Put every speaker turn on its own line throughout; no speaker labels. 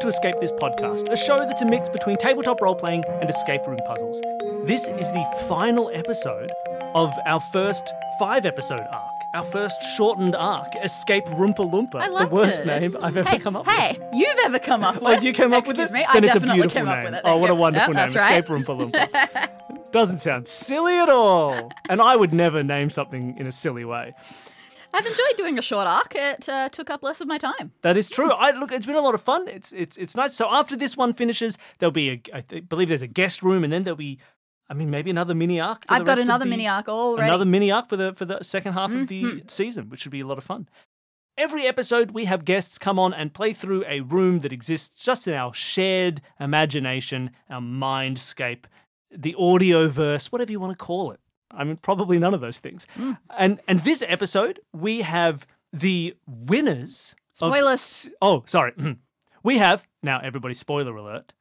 to Escape This Podcast, a show that's a mix between tabletop role playing and escape room puzzles. This is the final episode of our first five episode arc, our first shortened arc, Escape Roompa Loompa.
I loved
the worst
it.
name
It's-
I've ever
hey,
come up
hey,
with.
you've ever come up
Oh,
with.
you came up with
Excuse
it?
me, I
then it's a
definitely
beautiful
came
name.
up with it.
Oh, what a
Yep,
wonderful
that's
name,
right.
Escape Roompa Loompa. Doesn't sound silly at all. And I would never name something in a silly way.
I've enjoyed doing a short arc. It uh, took up less of my time.
That is true. I look, it's been a lot of fun. It's it's it's nice. So after this one finishes, there'll be a I th- believe there's a guest room, and then there'll be, I mean, maybe another mini arc. for
I've
the
got
rest of
another
the-
mini arc already. Mm-hmm.
Another mini arc for the for the second half of the season, which should be a lot of fun. Every episode, we have guests come on and play through a room that exists just in our shared imagination, our mindscape, the audioverse, whatever you want to call it. I mean, probably none of those things.
Mm.
And and this episode, we have the winners. of-
Spoilers.
oh, sorry. we have now. Everybody, spoiler alert.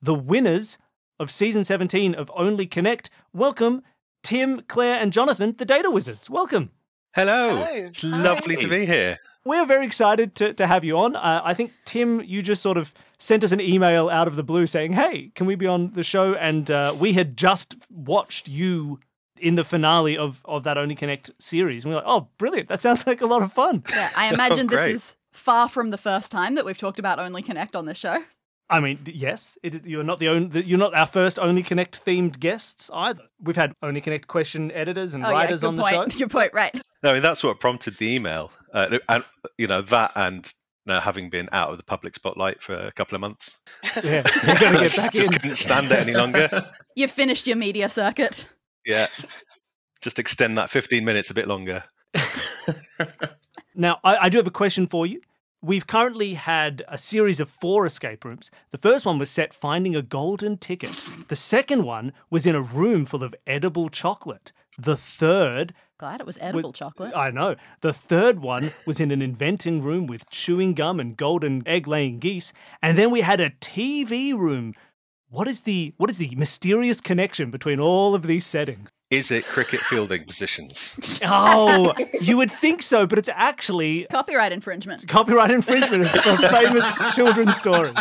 The winners of season seventeen of Only Connect. Welcome, Tim, Claire, and Jonathan, the Data Wizards. Welcome.
Hello.
Hello.
It's lovely to be here.
We're very excited to, to have you on. Uh, I think, Tim, you just sort of sent us an email out of the blue saying, hey, can we be on the show? And uh, we had just watched you in the finale of, of that Only Connect series. And we were like, oh, brilliant. That sounds like a lot of fun.
Yeah, I imagine this
great.
is far from the first time that we've talked about Only Connect on this show. Oh,
I mean, d- yes, it is, you're not the only, you're not our first Only Connect themed guests either. We've had Only Connect question editors and
Oh, yeah,
writers
good
on the
point.
show.
Good point, right.
No, I mean, that's what prompted the email. Uh, and, you know, that and now having been out of the public spotlight for a couple of months,
Yeah, you got to get back in.
just couldn't stand it any longer.
You finished your media circuit.
Yeah. Just extend that 15 minutes a bit longer.
Now, I, I do have a question for you. We've currently had a series of four escape rooms. The first one was set finding a golden ticket. The second one was in a room full of edible chocolate. The third,
Glad it was edible
Was-
chocolate.
I know, the third one was in an inventing room with chewing gum and golden egg laying geese. And then we had a TV room. What is the what is the mysterious connection between all of these settings?
Is it cricket fielding positions?
Oh, you would think so, but it's actually
Copyright infringement.
copyright infringement for famous children's stories.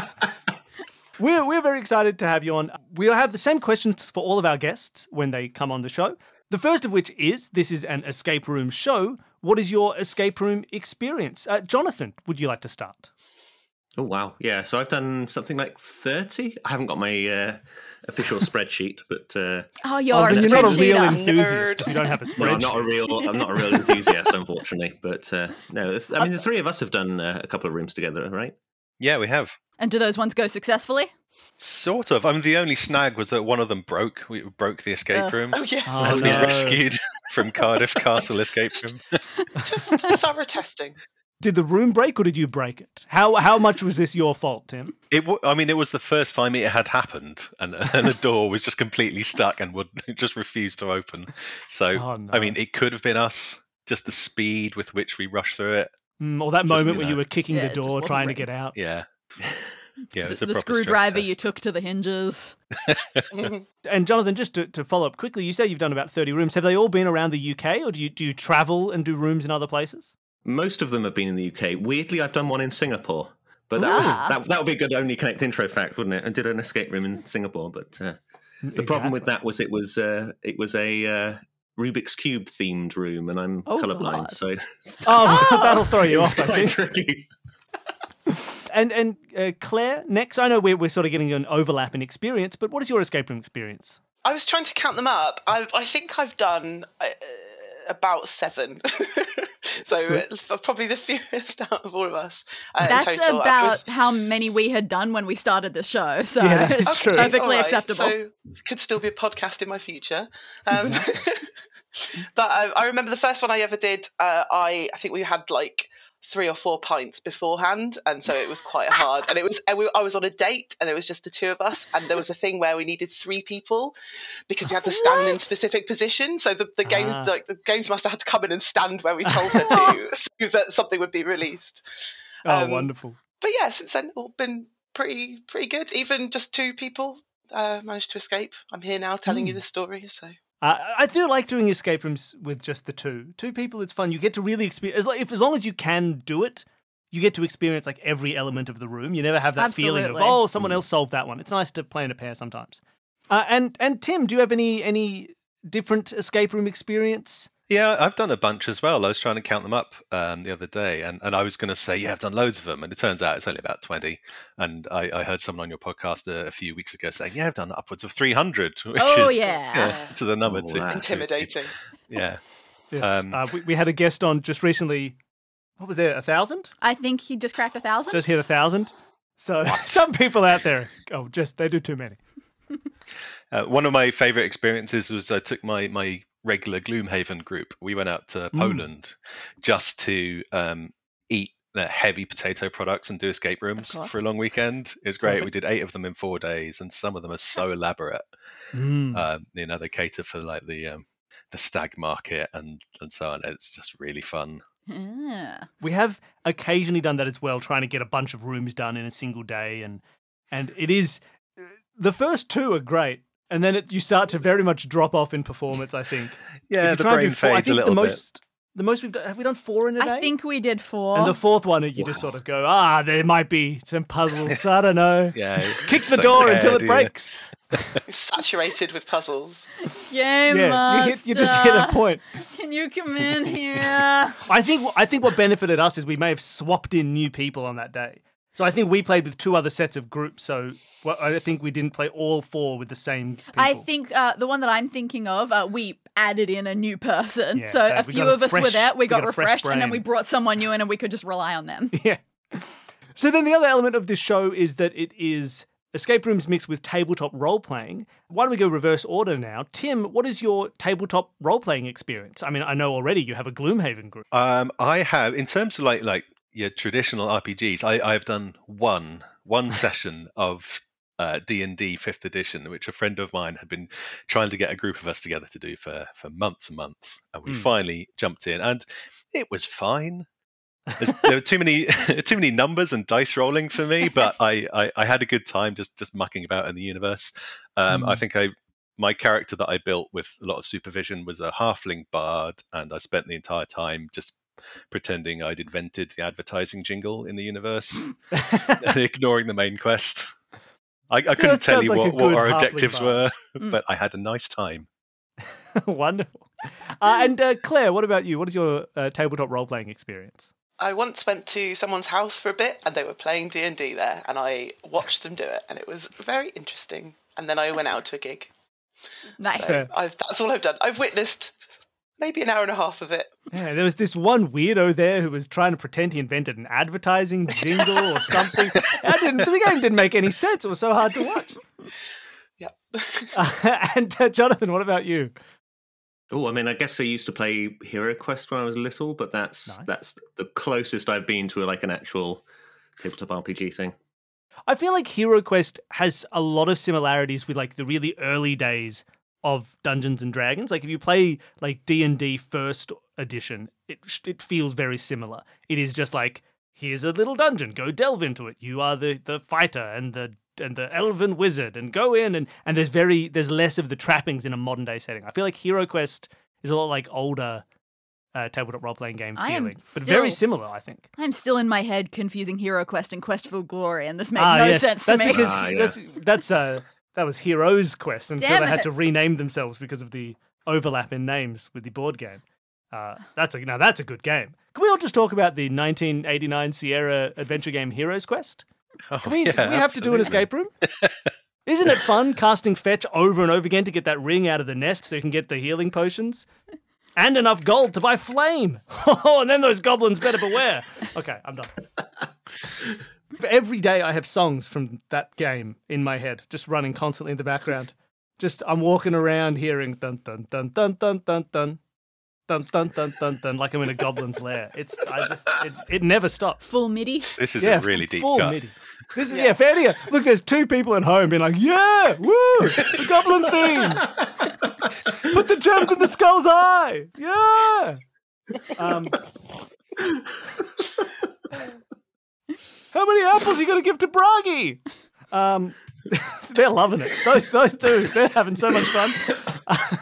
We're, we're very excited to have you on. We'll have the same questions for all of our guests when they come on the show. The first of which is this is an escape room show. What is your escape room experience? Uh, Jonathan, would you like to start?
Oh wow, yeah. So I've done something like thirty. I haven't got my uh, official spreadsheet, but uh,
Oh, you're
oh,
a
then you're not a real
spreadsheeter.
enthusiast
Nerd.
if you don't have a
no, I'm
spreadsheet.
not a real. I'm not a real enthusiast, unfortunately. But uh, no, it's- I mean, the three of us have done uh, a couple of rooms together, right?
yeah, we have.
And do those ones go successfully?
Sort of. I mean, the only snag was that one of them broke. We broke the escape
Ugh.
room.
Oh,
yes.
Oh,
Had to be
no.
rescued from Cardiff Castle escape room.
Just thorough testing.
Did the room break or did you break it? How, how much was this your fault, Tim?
It. wa- I mean, it was the first time it had happened, and and a door was just completely stuck and would just refuse to open. So,
Oh, no.
I mean, it could have been us. Just the speed with which we rushed through it.
Mm, or that
Just,
moment
you
when
know.
you were kicking
Yeah, it
the
just
door
wasn't
trying to
ready.
get out.
Yeah, yeah. It was
the
a
the
proper stress
screwdriver you
test.
took to the hinges.
And Jonathan, just to, to follow up quickly, you say you've done about 30 rooms. Have they all been around the UK or do you, do you travel and do rooms in other places?
Most of them have been in the UK. Weirdly, I've done one in Singapore, but that,
Ah.
that that would be a good only connect intro fact, wouldn't it? I did an escape room in Singapore, but uh, The problem with that was it was uh, it was a uh, Rubik's cube themed room, and I'm
Oh,
colorblind,
God.
so
Oh,
Oh!
that'll throw
it
you
was
off, I think.
quite tricky.
And, and uh, Claire, next, I know we're, we're sort of getting an overlap in experience, but what is your escape room experience?
I was trying to count them up. I, I think I've done uh, about seven. so uh, f- probably the fewest out of all of us. Uh, in
That's
total. I
about
was-
how many we had done when we started the show. So
Yeah, that is
it's
true.
perfectly
all right,
acceptable.
So could still be a podcast in my future. Um, but um, I, I remember the first one I ever did. Uh, I I think we had like three or four pints beforehand, and so it was quite hard. And it was and we, I was on a date, and it was just the two of us. And there was a thing where we needed three people because we had to stand in specific positions. So the, the game
Ah.
like the games master had to come in and stand where we told her to, so that something would be released
Oh,
Um,
wonderful.
but yeah, since then all been pretty pretty good. Even just two people uh, managed to escape. I'm here now telling you this story. So
Uh, I do like doing escape rooms with just the two. Two people, it's fun. You get to really experience, as, lo- if, as long as you can do it, you get to experience like every element of the room. You never have that feeling of
Absolutely.
oh, someone else solved that one. It's nice to play in a pair sometimes. Uh, and and Tim, do you have any any different escape room experience?
Yeah, I've done a bunch as well. I was trying to count them up um, the other day, and, and I was going to say, yeah, I've done loads of them, and it turns out it's only about twenty. And I, I heard someone on your podcast a, a few weeks ago saying, yeah, I've done upwards of three hundred, which
Oh,
is
yeah.
to the number
Oh,
two.
wow.
Intimidating.
Yeah,
Yes.
Um,
uh, we, we had a guest on just recently. What was there? A thousand?
I think he just cracked a thousand.
Just hit a thousand. So some people out there, oh, just they do too many.
Uh, one of my favorite experiences was I took my my regular Gloomhaven group. We went out to
Mm.
Poland just to um, eat the heavy potato products and do escape rooms
course.
for a long weekend. It was great. We did eight of them in four days, and some of them are so elaborate.
Mm.
Um, you know, they cater for like the um, the stag market and and so on. It's just really fun.
Yeah.
we have occasionally done that as well, trying to get a bunch of rooms done in a single day, and and it is the first two are great, and then it, you start to very much drop off in performance. I think.
Yeah,
if you
the
try and do
brain
four, I
fades a
think
little
the
bit.
most the most we've done have we done four in a day.
I think we did four.
And the fourth one, you just sort of go, ah, there might be some puzzles. I don't know.
Yeah,
Kick
it's
the
like
door
the
until
head,
it
yeah.
breaks.
Saturated with puzzles.
Game
Yeah, you, hit, you just hit a
master.
point.
Can you come in here?
I think I think what benefited us is we may have swapped in new people on that day. So I think we played with two other sets of groups. So well, I think we didn't play all four with the same people.
I think uh, the one that I'm thinking of, uh, we added in a new person.
Yeah,
so
uh,
a
we
few
got a
of us were
fresh-
there. We,
we
got,
got a fresh
refreshed, and then
brain.
we brought someone new in, and we could just rely on them.
Yeah. So then the other element of this show is that it is escape rooms mixed with tabletop role playing. Why don't we go reverse order now? Tim, what is your tabletop role playing experience? I mean, I know already you have a Gloomhaven group.
Um, I have in terms of like like your traditional RPGs. I I've done one one session of uh, D and D fifth edition, which a friend of mine had been trying to get a group of us together to do for for months and months, and we
Hmm.
finally jumped in, and it was fine. There's- there were too many too many numbers and dice rolling for me, but I, I I had a good time just just mucking about in the universe. Um, I
Mm.
think I my character that I built with a lot of supervision was a halfling bard, and I spent the entire time just pretending I'd invented the advertising jingle in the universe, and ignoring the main quest. I, I couldn't
that
tell
sounds
you
like a
what, what
good
our
halfling Hmm.
objectives were,
bard.
Mm.
but I had a nice time.
Wonderful. Uh, and uh, Claire, what about you? What is your uh, tabletop role playing experience?
I once went to someone's house for a bit, and they were playing D and D there, and I watched them do it, and it was very interesting. And then I went out to a gig.
Nice.
Yeah.
I've, that's all I've done. I've witnessed maybe an hour and a half of it.
Yeah, there was this one weirdo there who was trying to pretend he invented an advertising jingle or something. I didn't, the game didn't make any sense. It was so hard to watch.
Yep.
Uh, and uh, Jonathan, what about you?
Oh, I mean, I guess I used to play Hero Quest when I was little, but that's
Nice.
that's the closest I've been to like an actual tabletop RPG thing.
I feel like Hero Quest has a lot of similarities with like the really early days of Dungeons and Dragons. Like if you play like D and D first edition, it sh- it feels very similar. It is just like here's a little dungeon, go delve into it. You are the the fighter and the and the elven wizard, and go in and and there's very there's less of the trappings in a modern day setting. I feel like Hero Quest is a lot like older uh, tabletop role playing game
I am
feeling, but very
still-
similar. I think.
I'm still in my head confusing Hero Quest and Quest for Glory, and this made
Ah,
no
yes.
sense to
that's
me.
Because
Ah,
that's that's uh, that was Heroes Quest until
Damn
they had
it.
to rename themselves because of the overlap in names with the board game. Uh, that's a now that's a good game. Can we all just talk about the 1989 Sierra adventure game Heroes Quest?
Oh,
Can we,
yeah,
do we have to do an
absolutely.
escape room? Isn't it fun casting fetch over and over again to get that ring out of the nest so you can get the healing potions? And enough gold to buy flame. Oh, and then those goblins better beware. Okay, I'm done. Every day I have songs from that game in my head, just running constantly in the background. Just I'm walking around hearing dun dun dun dun dun dun dun dun dun dun dun dun like I'm in a goblin's lair. It's I just it, it never stops
Full MIDI.
This is a
f-
really deep
full
cut.
MIDI. This is yeah. fair idea. Look, there's two people at home being like, "Yeah, woo, the goblin theme. Put the gems in the skull's eye. Yeah." Um, how many apples are you gonna give to Bragi? Um, they're loving it. Those those two, they're having so much fun.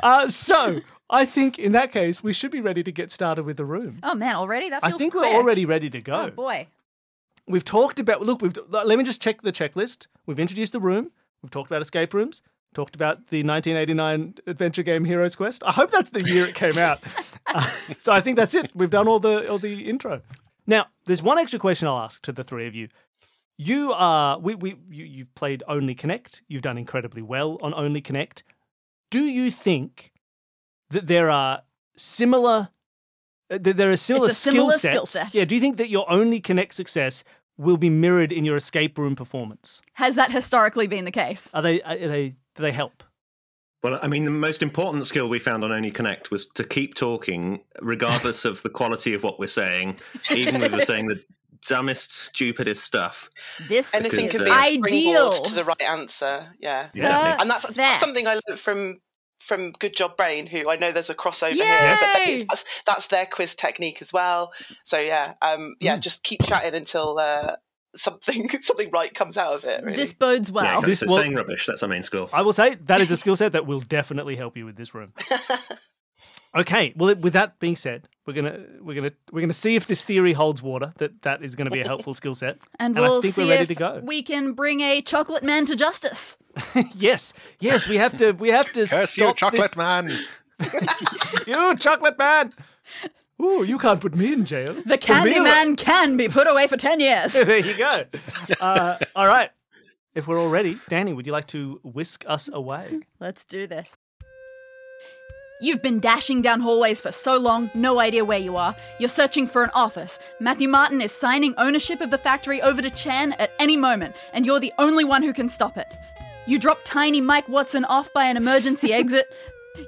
Uh, so I think in that case, we should be ready to get started with the room.
Oh man, already that
I
feels.
think
quick.
we're already ready to go.
Oh boy.
We've talked about look. We've let me just check the checklist. We've introduced the room. We've talked about escape rooms. Talked about the 1989 adventure game Heroes Quest. I hope that's the year it came out. Uh, so I think that's it. We've done all the all the intro. Now there's one extra question I'll ask to the three of you. You are we we you, you've played Only Connect. You've done incredibly well on Only Connect. Do you think that there are similar uh, that there are similar,
It's a similar
sets?
skill set.
Yeah. Do you think that your Only Connect success will be mirrored in your escape room performance?
Has that historically been the case?
Are they are they do they help?
Well, I mean, the most important skill we found on Only Connect was to keep talking, regardless of the quality of what we're saying, even when we're saying the dumbest, stupidest stuff.
This
Anything
is
can
Because,
be a
uh,
springboard
ideal.
to the right answer. Yeah.
Exactly.
and that's
Perfect.
something I learned from from Good Job Brain, who I know there's a crossover
Yay!
here, but they- that's, that's their quiz technique as well. So yeah, um,
Mm.
yeah, just keep chatting until uh, something something right comes out of it. Really.
This bodes well.
Yeah, exactly.
This
so
will-
saying rubbish, that's our main skill.
I will say that is a skill set that will definitely help you with this room. Okay. Well, with that being said, we're gonna we're gonna we're gonna see if this theory holds water. That that is gonna be a helpful skill set.
And
And I
we'll
think
see
we're ready
if
to go.
we can bring a chocolate man to justice.
yes, yes, we have to we have to
Curse you,
stop
chocolate man!
This, you chocolate man. Ooh, you can't put me in jail.
The
Put me
candy
on a-
man can be put away for 10 years.
there you go. Uh, all right. If we're all ready, Danny, would you like to whisk us away?
Let's do this. You've been dashing down hallways for so long, no idea where you are. You're searching for an office. Matthew Martin is signing ownership of the factory over to Chan at any moment, and you're the only one who can stop it. You drop tiny Mike Watson off by an emergency exit.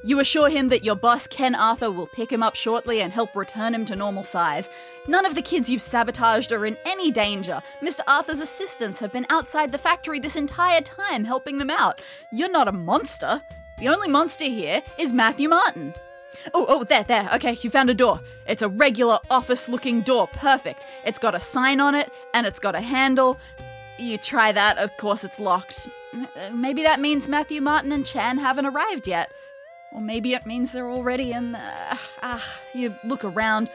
You assure him that your boss, Ken Arthur, will pick him up shortly and help return him to normal size. None of the kids you've sabotaged are in any danger. Mr. Arthur's assistants have been outside the factory this entire time helping them out. You're not a monster. The only monster here is Matthew Martin. Oh, oh, there, there. Okay, you found a door. It's a regular office looking door. Perfect. It's got a sign on it and it's got a handle. You try that, of course, it's locked. Uh, Maybe that means Matthew Martin and Chan haven't arrived yet. Or maybe it means they're already in the. Ah, you look around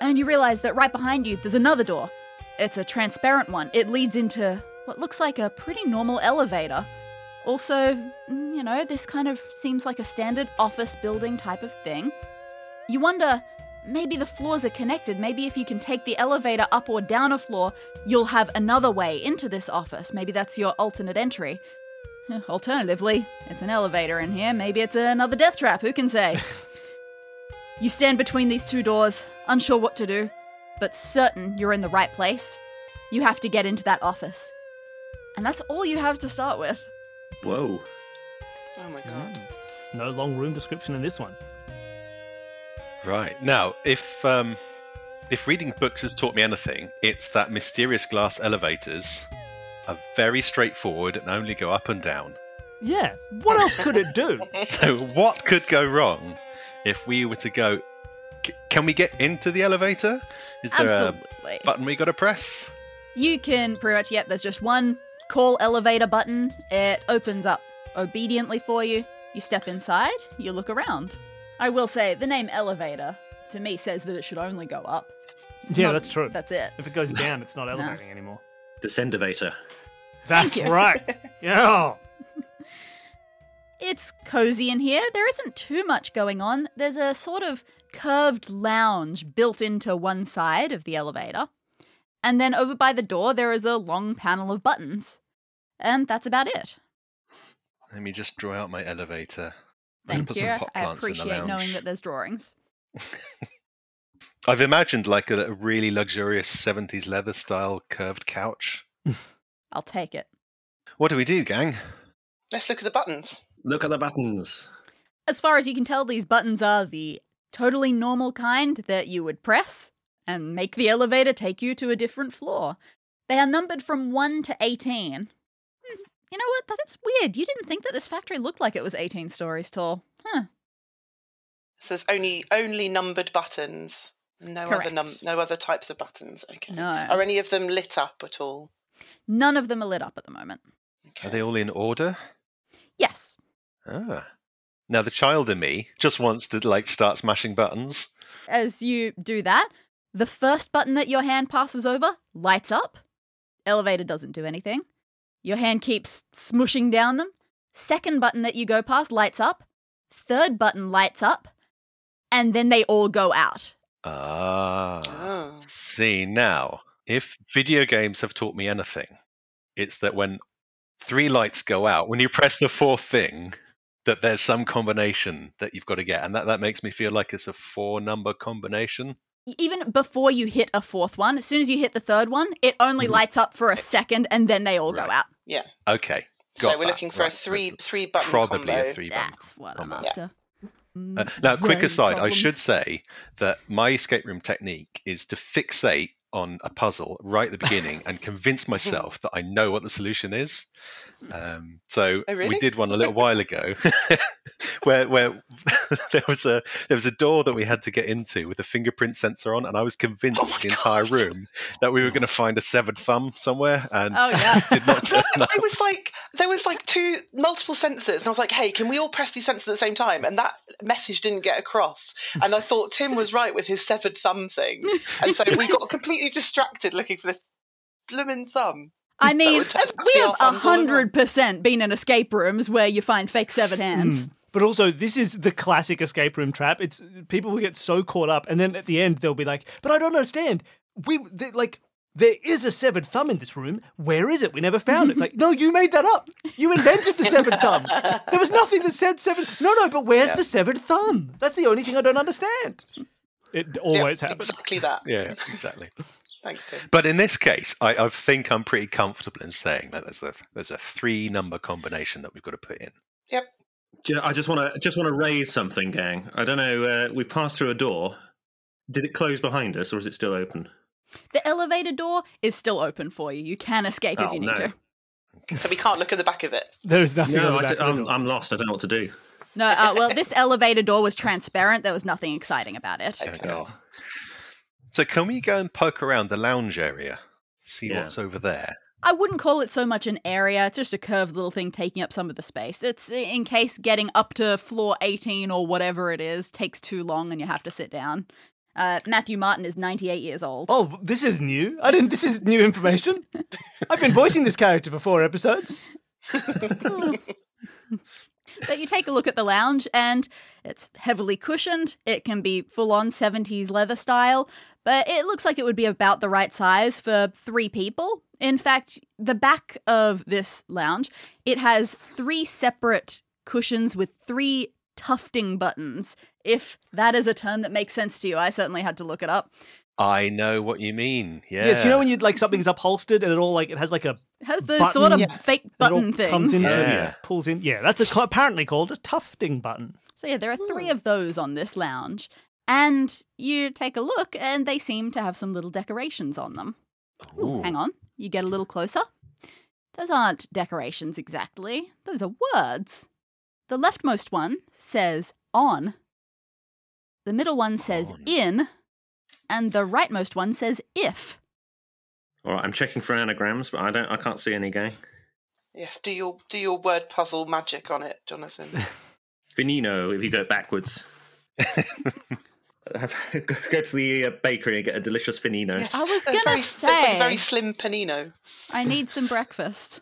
and you realize that right behind you there's another door. It's a transparent one. It leads into what looks like a pretty normal elevator. Also, mm, you know, this kind of seems like a standard office building type of thing. You wonder maybe the floors are connected. Maybe if you can take the elevator up or down a floor, you'll have another way into this office. Maybe that's your alternate entry. Alternatively, it's an elevator in here. Maybe it's another death trap. Who can say? you stand between these two doors, unsure what to do, but certain you're in the right place. You have to get into that office. And that's all you have to start with.
Whoa.
oh my
Mm.
god.
No long room description in this one.
Right now, if um, if reading books has taught me anything, it's that mysterious glass elevators are very straightforward and only go up and down.
Yeah. What else could it do?
So, what could go wrong if we were to go? C- can we get into the elevator? Is there
Absolutely.
a button we got to press?
You can pretty much, yep, there's just one call elevator button. It opens up obediently for you. You step inside, you look around. I will say, the name elevator to me says that it should only go up.
Yeah,
Not-
that's true.
That's it.
If it goes down, it's not elevating anymore.
Descendivator.
That's
you.
right. Yeah.
It's cozy in here. There isn't too much going on. There's a sort of curved lounge built into one side of the elevator. And then over by the door, there is a long panel of buttons. And that's about it.
Let me just draw out my elevator. I'm gonna
Thank
put
you.
some pot
I
plants in the
appreciate knowing
lounge.
that there's drawings.
I've imagined like a, a really luxurious '70s leather-style curved couch.
I'll take it.
What do we do, gang?
Let's look at the buttons.
Look at the buttons.
As far as you can tell, these buttons are the totally normal kind that you would press and make the elevator take you to a different floor. They are numbered from 1 to 18. Hmm, You know what? That is weird. You didn't think that this factory looked like it was 18 stories tall. Huh.
So there's only only numbered buttons. No other num-
Correct.
no other types of buttons. Okay.
No.
Are any of them lit up at all?
None of them are lit up at the moment.
Okay.
Are they all in order?
Yes.
Ah, Now the child in me just wants to like start smashing buttons.
As you do that, the first button that your hand passes over lights up. Elevator doesn't do anything. Your hand keeps smushing down them. Second button that you go past lights up. Third button lights up. And then they all go out.
Ah.
Oh.
See now, if video games have taught me anything, it's that when three lights go out, when you press the fourth thing, that there's some combination that you've got to get, and that that makes me feel like it's a four-number combination.
E, Even before you hit a fourth one, as soon as you hit the third one, it only
Mhm.
lights up for a second and then they all
Right.
go out.
Okay,
So
Got
we're
that.
looking for
Right, so
a three
it's
three button
probably
combo.
a three-button.
That's what I'm
Combo.
Yeah.
after.
Uh,
Mm,
now, quick
Brain
aside, I should
problems.
say that my escape room technique is to fixate on a puzzle right at the beginning and convince myself that I know what the solution is. Um, so
Oh,
we
really?
did one a little while ago, where where there was a there was a door that we had to get into with a fingerprint sensor on, and I was convinced
Oh
for
my
the entire
God.
room that we were going to find a severed thumb somewhere, and
Oh, yeah.
did not turn up.
It was like there was like two multiple sensors, and I was like, "Hey, can we all press these sensors at the same time?" And that message didn't get across. And I thought Tim was right with his severed thumb thing, and so we got completely distracted looking for this blooming thumb.
I
That
mean,
would touch
we
the
have
thumbs all along.
100% been in escape rooms where you find fake
Hmm.
severed hands.
But also, this is the classic escape room trap. It's people will get so caught up, and then at the end they'll be like, "But I don't understand. We th- like." There is a severed thumb in this room. Where is it? We never found it. It's like, no, you made that up. You invented the severed thumb. There was nothing that said severed. No, no, but where's the severed thumb? That's the only thing I don't understand. It
Yeah,
always happens.
Exactly that.
Yeah, exactly.
Thanks, Tim.
But in this case, I, I think I'm pretty comfortable in saying that there's a there's a three number combination that we've got to put in.
Ju- I just want to just want to raise something, gang. I don't know. Uh, we passed through a door. Did it close behind us, or is it still open?
The elevator door is still open for you. You can escape if
Oh,
you need
no.
to.
So we can't look at the back of it.
There is nothing on
No,
the
I
back
d-
of the
I'm,
door.
I'm lost. I don't know what to do.
No, uh, well, this elevator door was transparent. There was nothing exciting about it.
Okay.
Oh.
So can we go and poke around the lounge area, see
Yeah.
what's over there?
I wouldn't call it so much an area. It's just a curved little thing taking up some of the space. It's in case getting up to floor 18 or whatever it is takes too long and you have to sit down. Uh, Matthew Martin is 98 years old.
Oh, this is new. I didn't. This is new information. I've been voicing this character for four episodes.
But you take a look at the lounge and it's heavily cushioned. It can be full on 70s leather style, but it looks like it would be about the right size for three people. In fact, the back of this lounge, it has three separate cushions with three tufting buttons. If that is a term that makes sense to you, I certainly had to look it up.
I know what you mean. Yeah.
Yes, you know when you like something's upholstered and it all like it has like a
It has the
Button-
sort of
Yeah.
fake
it all
button things.
comes into
Yeah.
yeah, pulls in. Yeah, that's a, cl- apparently called a tufting button.
So yeah, there are
Hmm.
three of those on this lounge. And you take a look and they seem to have some little decorations on them. Ooh,
Ooh.
hang on. You get a little closer. Those aren't decorations exactly. Those are words. The leftmost one says on. The middle one says
On.
in. And the rightmost one says if.
All right, I'm checking for anagrams, but I don't. I can't see any, gang.
Yes, do your do your word puzzle magic on it, Jonathan.
Venino, if you go backwards. Have- go to the uh, bakery and get a delicious finino.
Yes,
I was
a
gonna
very- it's like
say-
a very slim panino.
I need some breakfast.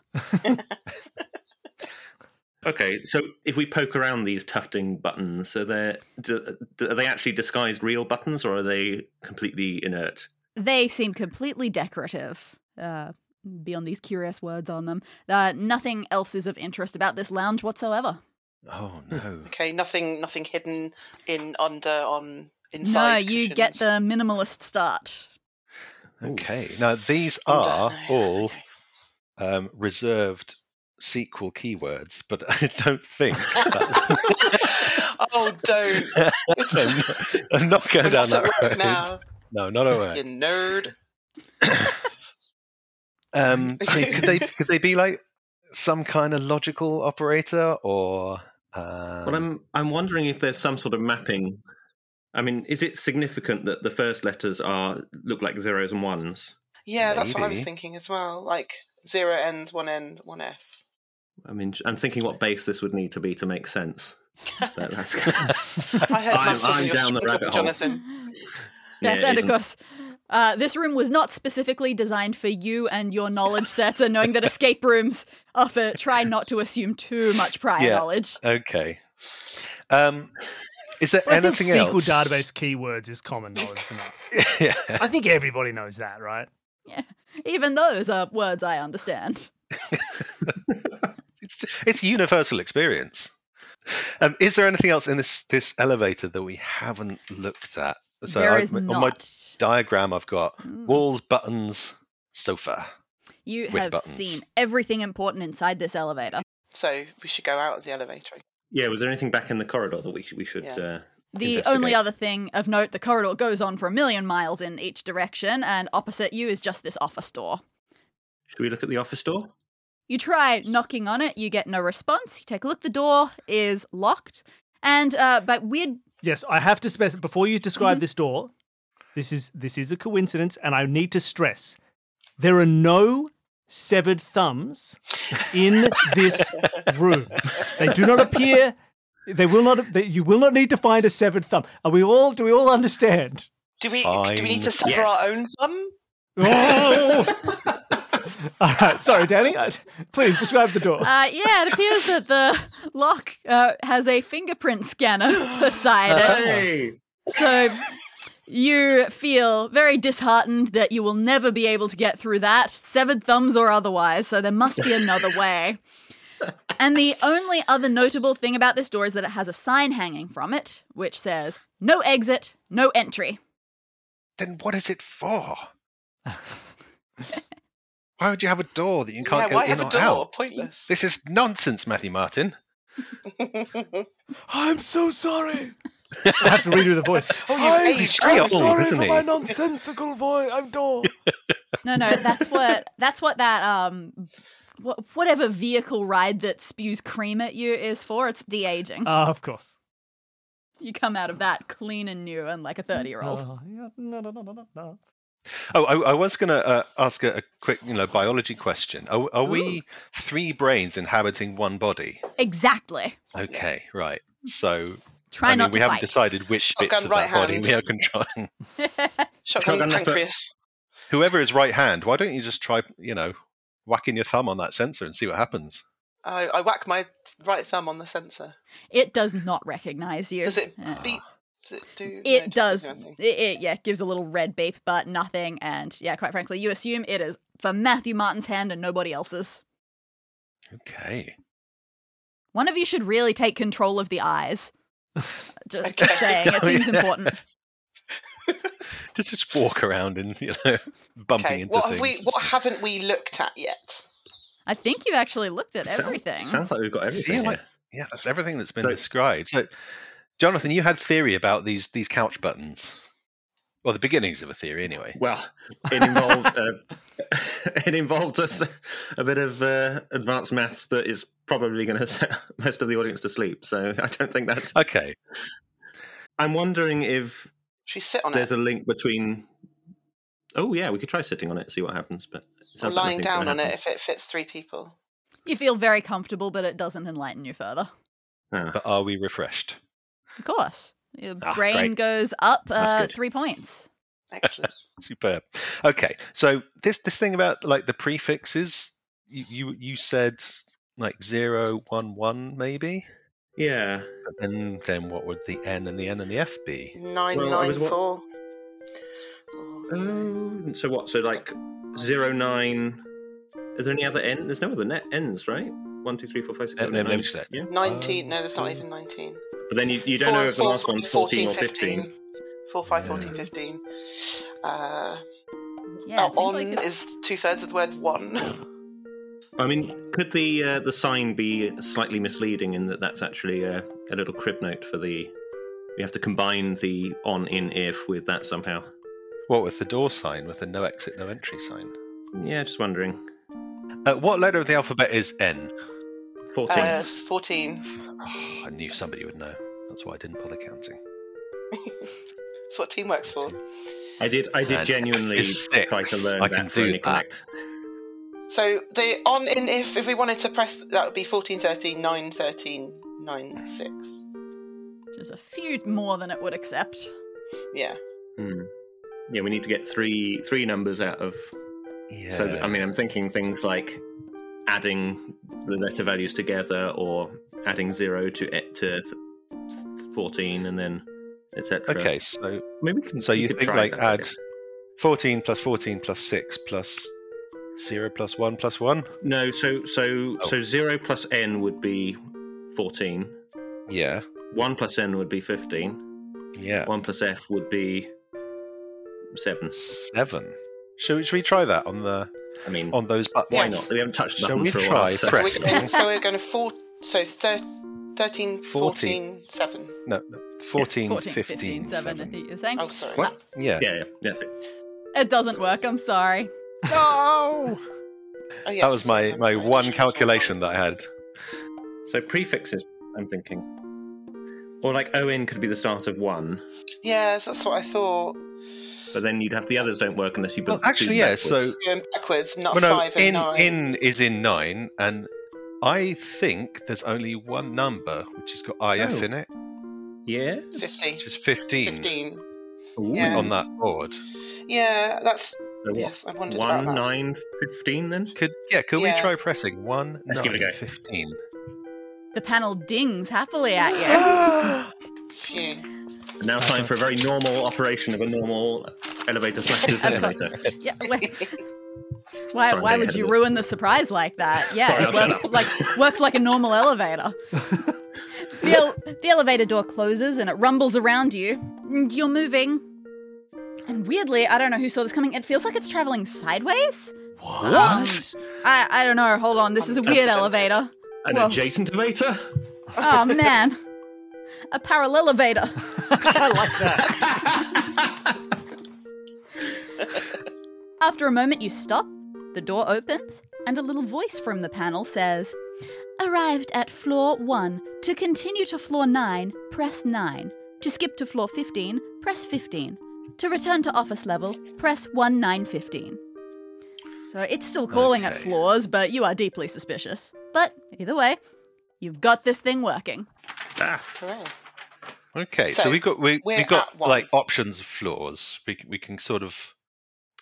Okay, so if we poke around these tufting buttons, so they're do, do- are they actually disguised real buttons, or are they completely inert?
They seem completely decorative. Uh, beyond these curious words on them, uh, nothing else is of interest about this lounge whatsoever.
Oh no.
Okay, nothing, nothing hidden in under on inside.
no, you get
cushions.
the minimalist start.
Okay. Now these
Under,
are
no,
all
okay.
um, reserved sequel keywords, but I don't think
oh, don't!
I'm, I'm not going
We're
down
not
that
at work
road.
now,
No, not at work.
you nerd.
Um, I mean, could they could they be like some kind of logical operator or? Um,
well, I'm I'm wondering if there's some sort of mapping. I mean, is it significant that the first letters are look like zeros and ones?
Yeah, that's what I was
Maybe.
thinking as well. Like zero ends, one end, one F.
I mean, I'm thinking what base this would need to be to make sense. But that's
I heard
I'm-
maths was
I'm
in your
down the
struggle,
rabbit hole.
Jonathan.
Yes,
Yeah, it
and of
isn't.
course, uh, this room was not specifically designed for you and your knowledge sets, and knowing that escape rooms offer try not to assume too much prior
Yeah.
knowledge.
Okay. Um, is there
I think
anything
SQL
else?
database keywords is common knowledge. isn't it?
yeah.
I think everybody knows that, right?
Even those are words I understand.
It's it's universal experience. Um, is there anything else in this this elevator that we haven't looked at? So
there
I-
is
on
not.
my diagram, I've got
Hmm.
Mm.
walls, buttons, sofa.
you
with
have
buttons.
seen everything important inside this elevator.
So we should go out of the elevator.
yeah. Was there anything back in the corridor that we sh- we should?
Yeah.
Uh,
The
investigate?
only other thing of note, the corridor goes on for a million miles in each direction, and opposite you is just this office door.
Should we look at the office door?
You try knocking on it, you get no response. You take a look, the door is locked, and uh, by weird
Yes, I have to specify before you describe
Mhm.
this door. This is this is a coincidence, and I need to stress there are no severed thumbs in this room. They do not appear. They will not. They, you will not need to find a severed thumb. Are we all? Do we all understand?
Do we do we
Fine.
need to sever
Yes.
our own thumb?
Oh! all right. Sorry, Danny. I- please describe the door.
Uh, yeah, it appears that the lock uh, has a fingerprint scanner beside it. So you feel very disheartened that you will never be able to get through that, severed thumbs or otherwise, so there must be another way. And the only other notable thing about this door is that it has a sign hanging from it which says, No exit, no entry.
Then what is it for? Why would you have a door that you
Yeah,
can't go
why
in
have
or
a door?
out?
Pointless.
This is nonsense, Matthew Martin.
I'm so sorry. I have to redo the voice.
Oh,
I'm
you've aged.
very
Oh,
old, isn't he?
nonsensical voice. I'm door.
No, no, that's what that's what that um wh- whatever vehicle ride that spews cream at you is for. It's de-aging.
Ah, of course.
You come out of that clean and new and like a 30 year old.
Ah, yeah, no, no, no, no, no, no.
Oh, I, I was going to uh, ask a, a quick, you know, biology question. Are, are we three brains inhabiting one body?
Exactly.
Okay, right. So
Try
I mean,
not
we
to
haven't
bite.
decided which
Shotgun
bits of
right
that body
hand.
we are controlling.
Shotgun,
Shotgun left foot.
pancreas.
Whoever is right hand, why don't you just try, you know, whacking your thumb on that sensor and see what happens?
I, I whack my right thumb on the sensor.
it does not recognize you.
Does it
Uh,
beep? Does it do? no,
It
just
does.
doesn't
It,
do anything.
it, yeah, it gives a little red beep, but nothing. And yeah, quite frankly, you assume it is for Matthew Martin's hand and nobody else's.
Okay.
One of you should really take control of the eyes. Just,
Okay.
just saying, it
Oh,
seems
yeah.
important.
Just just walk around and you know bumping
Okay.
into
What have
things.
we? What haven't we looked at yet?
I think you actually looked at
Sound-
everything.
sounds like we've got everything.
Yeah,
here.
like- Yeah, that's everything that's been
So-
described. So, Jonathan, you had theory about these these couch buttons, well, the beginnings of a theory, anyway.
Well, it involved uh, it involved us a bit of uh, advanced maths that is probably going to set most of the audience to sleep. So I don't think that's.
Okay.
I'm wondering if
Should we sit on
there's
it?
a link between. Oh yeah, we could try sitting on it, see what happens. But it
Or
sounds like
lying
nothing's
down
gonna
on it
happen.
if it fits three people.
You feel very comfortable, but it doesn't enlighten you further.
Ah,
But are we refreshed?
Of course. Your
Ah,
brain
great.
goes up
That's
uh,
good.
three points.
Excellent.
Superb. Okay, so this this thing about like the prefixes, you you, you said like zero, one, one, maybe,
yeah.
and then what would the n and the n and the f be?
Nine
Well, I
nine
was wa-
four.
Oh, so what? So like zero nine. Is there any other end? There's no other net ends, right? One, two, three, four, five, six,
Let
seven,
me- let
eight,
me
nine.
just check.
Yeah.
Nineteen. No, that's not even nineteen.
But then you, um, you don't
Four-
know if the
four-
last one's 14 or 15.
4, 5, 14,
Yeah.
15. Uh,
Yeah,
oh,
it seems
on
like it's-
is two thirds of the word one.
I mean, could the uh, the sign be slightly misleading in that that's actually a, a little crib note for the. We have to combine the on, in, if with that somehow.
What with the door sign, with the no exit, no entry sign?
Yeah, just wondering.
Uh, what letter of the alphabet is n?
14.
Uh, 14.
Oh, I knew somebody would know. That's why I didn't bother counting.
That's what teamwork's for.
I did I did
and
genuinely
it's six.
try to learn
I
that
can
for
do
any
that.
connect.
So the on in if if we wanted to press that would be 14, 13, 9, 13, nine six.
Which is a few more than it would accept.
Yeah.
Hmm. Yeah, we need to get three three numbers out of.
Yeah.
So th- I mean, I'm thinking things like adding the letter values together, or adding zero to e- to th- fourteen, and then etc.
okay, so
maybe we can.
so
we
you
could
think
try
like
that, I
add
guess.
14 plus 14 plus 6 plus 0 plus 1 plus 1?
No, so so
Oh.
so zero plus n would be fourteen.
Yeah.
One plus n would be fifteen.
Yeah.
One plus f would be seven.
7. Should we, should we try that on the
I mean,
on those buttons?
why not? We haven't touched the
Shall
buttons
we
for a
try
while. so-
So,
threat?
we,
Pressing.
so we're going to four. So thir- 13, 14,
Fourteen.
7.
No, no, 14,
14,
15,
7, I
7.
think you're saying.
Oh, sorry.
What?
Yeah.
Yeah, yeah, that's it.
It doesn't work, I'm sorry.
No!
Oh, yes.
that was my,
Um,
my
I
one
should-
calculation that I had.
So prefixes, I'm thinking, or like on could be the start of one,
Yes, that's what I thought.
but then you'd have the others don't work unless you.
Well,
build
actually,
do
yeah,
backwards.
so
Going backwards, not
Well, no,
5
in
and 9.
in is in nine, and I think there's only one number which has got IF
Oh.
in it,
yeah,
50.
which is 15,
15.
Ooh,
Yeah.
on that board.
Yeah, that's.
so what?
Yes, I wondered
One,
about that.
nine, fifteen. Then
Could yeah? Could
Yeah.
we try pressing one,
Let's give
nine,
it a go.
15?
The panel dings happily at you.
Phew.
now time for a very normal operation of a normal elevator slash elevator.
yeah, wait. Why,
Sorry,
why
they
would
had
you
it.
ruin the surprise like that? Yeah,
Sorry,
it
I'll
works
shut up.
like works like a normal elevator. the, el- the elevator door closes and it rumbles around you. And You're moving. And weirdly, I don't know who saw this coming. It feels like it's traveling sideways.
What?
I, I don't know. Hold on. This is a weird
Unprecedented.
elevator.
An
Well-
adjacent elevator.
Oh, man. A parallel elevator.
I like that.
After a moment, you stop, the door opens, and a little voice from the panel says, Arrived at floor 1. To continue to floor 9, press 9. To skip to floor 15, press 15. To return to office level, press 1915. So it's still calling at
Okay.
floors, but you are deeply suspicious. But either way, you've got this thing working.
Ah,
Hooray.
Okay, so,
So,
we got we we
we're
got
at one.
like options of floors. We c- we can sort of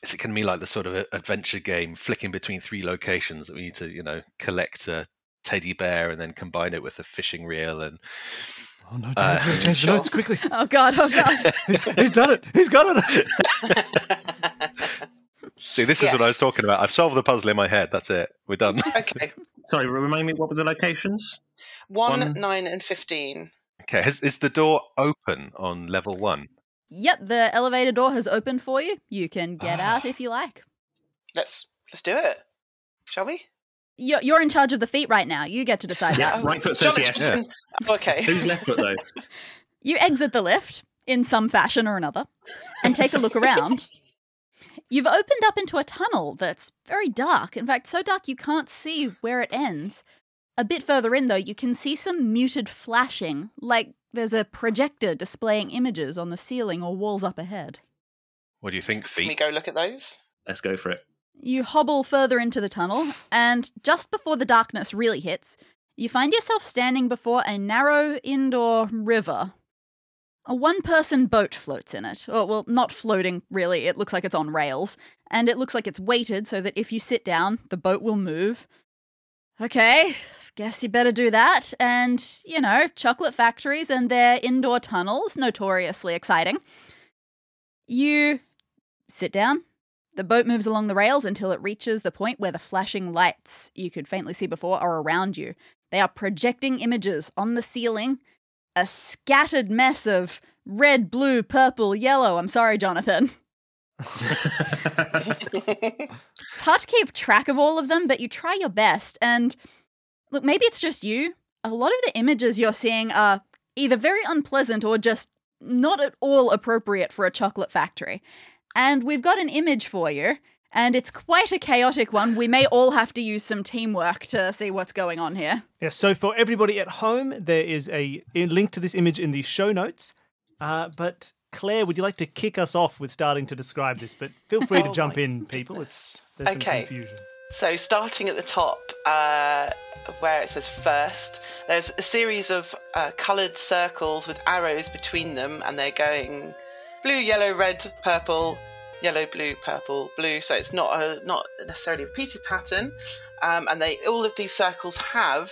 is it can be like the sort of a- adventure game flicking between three locations that we need to you know collect a teddy bear and then combine it with a fishing reel and
Oh no,
Uh,
don't change the
sure.
notes quickly.
Oh god, oh god.
He's, he's done it. He's got it.
see this is what I was
Yes.
talking about. I've solved the puzzle in my head. That's it. We're done.
okay.
sorry, remind me what were the locations?
1,
One.
9, and 15.
Okay, has, is the door open on level one?
yep, the elevator door has opened for you. You can get
Ah.
out if you like.
Let's let's do it. Shall we?
You're, you're in charge of the feet right now. You get to decide.
Yeah,
Oh,
right foot says
John
yes.
Edgerton. Okay.
Who's left foot though?
You exit the lift in some fashion or another and take a look around. You've opened up into a tunnel that's very dark. In fact, so dark you can't see where it ends. A bit further in, though, you can see some muted flashing, like there's a projector displaying images on the ceiling or walls up ahead.
What do you think,
Can we
feet?
go look at those?
Let's go for it.
You hobble further into the tunnel, and just before the darkness really hits, you find yourself standing before a narrow indoor river. A one person boat floats in it. Or, well, not floating, really. It looks like it's on rails. And it looks like it's weighted so that if you sit down, the boat will move. Okay, guess you better do that. And, you know, chocolate factories and their indoor tunnels, notoriously exciting. You sit down, the boat moves along the rails until it reaches the point where the flashing lights you could faintly see before are around you. They are projecting images on the ceiling, a scattered mess of red, blue, purple, yellow. I'm sorry, Jonathan. It's hard to keep track of all of them, but you try your best. And look, maybe it's just you. A lot of the images you're seeing are either very unpleasant or just not at all appropriate for a chocolate factory. And we've got an image for you, and it's quite a chaotic one. We may all have to use some teamwork to see what's going on here.
Yeah, so for everybody at home, there is a a link to this image in the show notes. Uh, but Claire, would you like to kick us off with starting to describe this? But feel free to
Oh
jump
my
in, people, if
goodness.
there's
Okay.
some confusion.
So starting at the top, uh, where it says first. There's a series of uh, coloured circles with arrows between them, and they're going blue, yellow, red, purple, yellow, blue, purple, blue. So it's not a not necessarily a repeated pattern, um, and they all of these circles have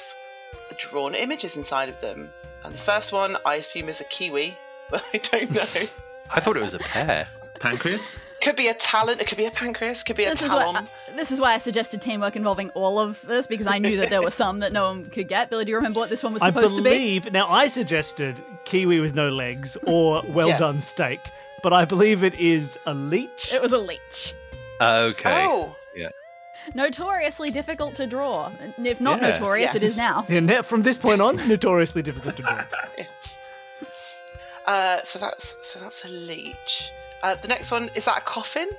drawn images inside of them. And the first one, I assume, is a kiwi, but I don't know.
I thought it was a pear.
Pancreas?
Could be a talent. It could be a pancreas. Could be a
This is, why,
talon.
this is why I suggested teamwork involving all of us because I knew that there were some that no one could get. Billy, do you remember what this one was
I
supposed to be?
believe now I suggested kiwi with no legs or well
Yeah.
done steak, but I believe it is a leech.
It was a leech.
Okay.
Oh,
Notoriously difficult to draw. And If not
Yeah.
notorious, it is
Yes.
now.
Yeah, ne- from this point on, notoriously difficult to draw.
yes. Uh, so that's so that's a leech. Uh, the next one is that a coffin?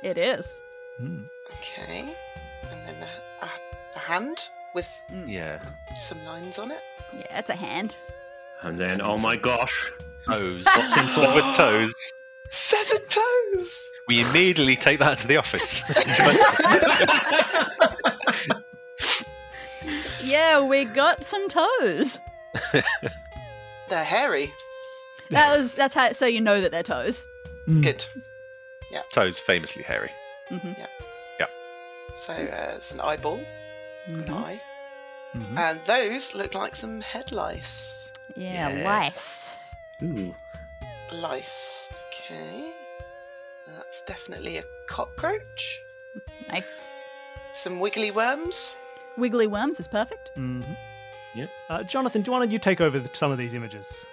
It is.
Hmm.
Okay, and then a, a, a hand with
Yeah.
some lines on it.
Yeah, it's a hand.
And then, oh my gosh,
Toes. What's in front with toes?
Seven toes.
We immediately take that to the office.
Yeah, we got some toes.
They're hairy.
That was that's how so you know that they're toes.
Hmm.
Good.
toes famously hairy.
hmm
So uh, it's an eyeball,
Mm-hmm.
an eye,
Mhm.
and those look like some head lice.
Yeah,
Yeah.
lice.
Ooh.
Lice. Okay. And that's definitely a cockroach.
Nice.
Some wiggly worms.
Wiggly worms is perfect.
Mhm.
Yep.
Uh, Jonathan, do you want to you take over the, some of these images?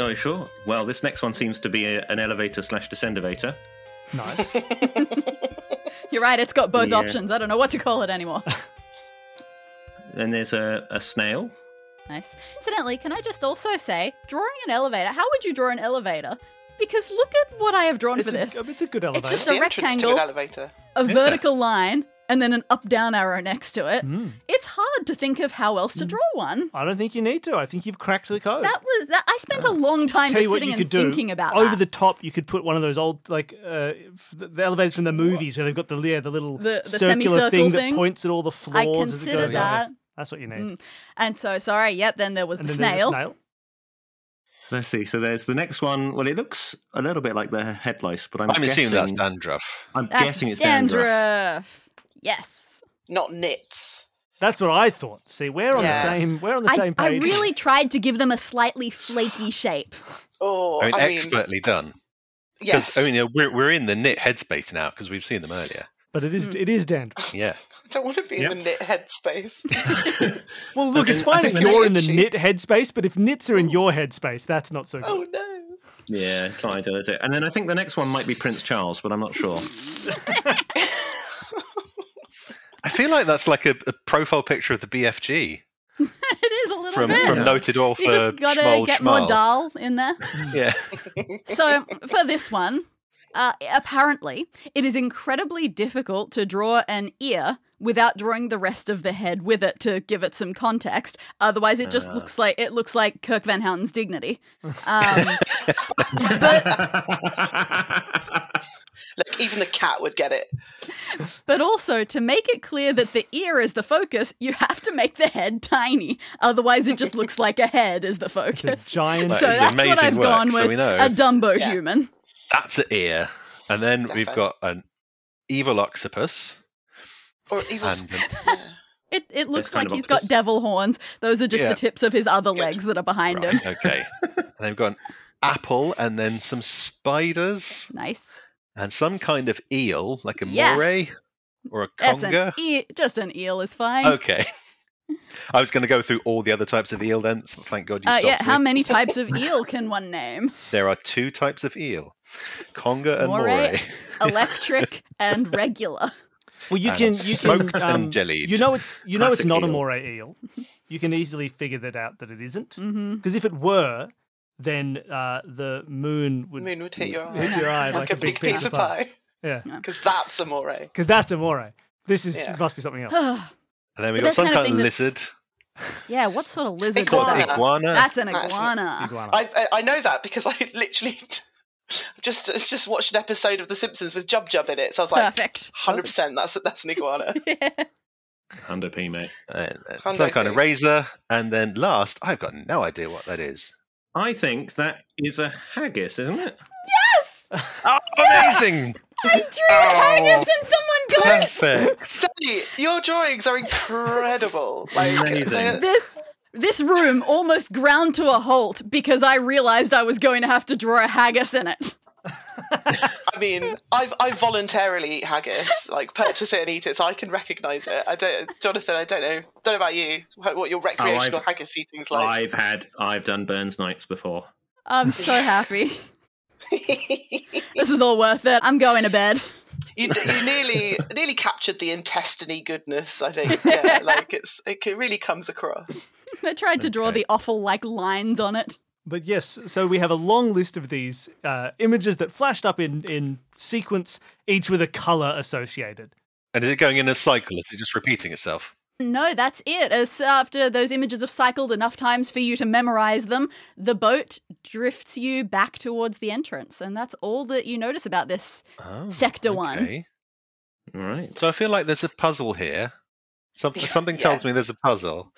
Oh, sure. Well, this next one seems to be a, an elevator slash descendivator.
Nice.
You're right, it's got both
Yeah.
options. I don't know what to call it anymore.
Then there's a, a snail.
nice. Incidentally, can I just also say, drawing an elevator, how would you draw an elevator? Because look at what I have drawn
it's,
for this.
a, it's a good elevator.
just
the
a
entrance to
rectangle.
an elevator.
a vertical line and then an up down arrow next to it.
Mm.
It's hard to think of how else to draw one.
I don't think you need to. I think you've cracked the code.
That was that I spent a long time
Tell
just
you what
sitting
you
and
could do.
thinking about
over
that.
the top, you could put one of those old like uh, f- the the elevators from the movies where they've got the yeah, the little
The- the
circular
semicircle
thing,
thing.
that points at all the floors.
I
as it
consider
goes
that.
Over. That's what you need.
Mm. And so sorry, yep, then there was
And
the
then there's
snail.
a snail.
Let's see. So there's the next one. Well, it looks a little bit like the head lice, but I'm,
I'm
guessing,
assuming that's dandruff.
I'm
That's
guessing it's dandruff.
dandruff. Yes.
Not nits.
That's what I thought. See, we're on
Yeah.
the same. We're on the
I,
same
I
page.
really tried to give them a slightly flaky shape.
Oh,
I mean,
I mean,
expertly done.
yes.
I mean, uh, we're, we're in the knit headspace now because we've seen them earlier.
But it is
Mm.
it is dandruff.
Yeah.
I don't want to be
Yep.
in the knit headspace.
Well, look,
Okay,
it's
I
fine
think
if
the
you're
next
in the knit
sheet-
headspace, but if knits are in your headspace, that's not so good.
oh no.
Yeah, it's not ideal, is it? And then I think the next one might be Prince Charles, but I'm not sure.
I feel like that's like a, a profile picture of the BFG
it is a little
from,
bit.
from
Yeah.
noted author
Oh, you just gotta
Schmoll
get
Schmal.
more dal in there.
Yeah.
So for this one, uh, apparently it is incredibly difficult to draw an ear without drawing the rest of the head with it to give it some context. Otherwise, it just
Ah.
looks like it looks like Kirk Van Houten's dignity. Um, but
Look, even the cat would get it.
but also to make it clear that the ear is the focus, you have to make the head tiny. Otherwise, it just looks like a head is the
It's a
focus.
giant.
That
so
is
that's
amazing
what I've
work,
gone
so
with
we know.
a Dumbo
Yeah.
human.
That's an ear. And then we've
Defo.
got an evil octopus.
Or even.
And an-
yeah.
It it looks
kind
like
of
he's
octopus.
got devil horns. Those are just
Yeah.
the tips of his other
Good.
legs that are behind him.
right, okay. And then we've got an apple and then some spiders
Nice.
and some kind of eel, like a
Yes.
moray or a
That's an
conger.
e- just an eel is fine.
Okay. I was going to go through all the other types of eel then. So thank God you
Uh,
stopped
yeah,
me.
how many types of eel can one name?
There are two types of eel conger and
Moray.
moray.
Electric and regular.
Well, you
and
can you can
smoked and
um,
jellied.
You know it's you know it's
Classic
not a
eel.
moray eel. You can easily figure that out that it isn't.
hmm
Because if it were, then uh, the moon would
Moon would hit your eye.
hit your eye like, a big
piece of pie.
Yeah,
Because that's a moray.
because that's a moray. This is
Yeah.
must be something else.
yeah,
And then we've
But that's
got some
kind of
kind of
thing that's-
lizard
what sort of lizard
called
is
Iguana.
that?
iguana.
That's an
That's-
iguana.
Iguana.
I, I, I know that because I literally just it's just watched an episode of The Simpsons with Jub Jub in it. So I was like,
Perfect.
hundred percent, that's that's an iguana.
Yeah.
Hundo P, mate.
And, uh,
Hundo
some kind of
P.
razor. And then last, I've got no idea what that is.
I think that is a haggis, isn't it?
Yes!
Oh, amazing!
I drew a
Oh.
haggis and someone got it!
Perfect.
Daddy, your drawings are incredible. Like,
Amazing.
they're-
This this room almost ground to a halt because I realized I was going to have to draw a haggis in it.
I mean, I've I voluntarily eat haggis, like purchase it and eat it, so I can recognise it. I don't, Jonathan. I don't know, don't know about you, wh- what your recreational
I've-
haggis eating's like.
I've had, I've done Burns nights before.
I'm so happy. This is all worth it. I'm going to bed.
you, d- you nearly nearly captured the intestiny goodness. I think, yeah, like it's it c- really comes across.
I tried to draw
Okay.
the awful like lines on it.
But yes, so we have a long list of these uh, images that flashed up in, in sequence, each with a color associated.
And is it going in a cycle? Is it just repeating itself?
No, that's it. As after those images have cycled enough times for you to memorize them, the boat drifts you back towards the entrance, and that's all that you notice about this.
Oh,
Sector one.
okay.
All right.
So I feel like there's a puzzle here. Something,
Yeah,
something
yeah.
tells me there's a puzzle,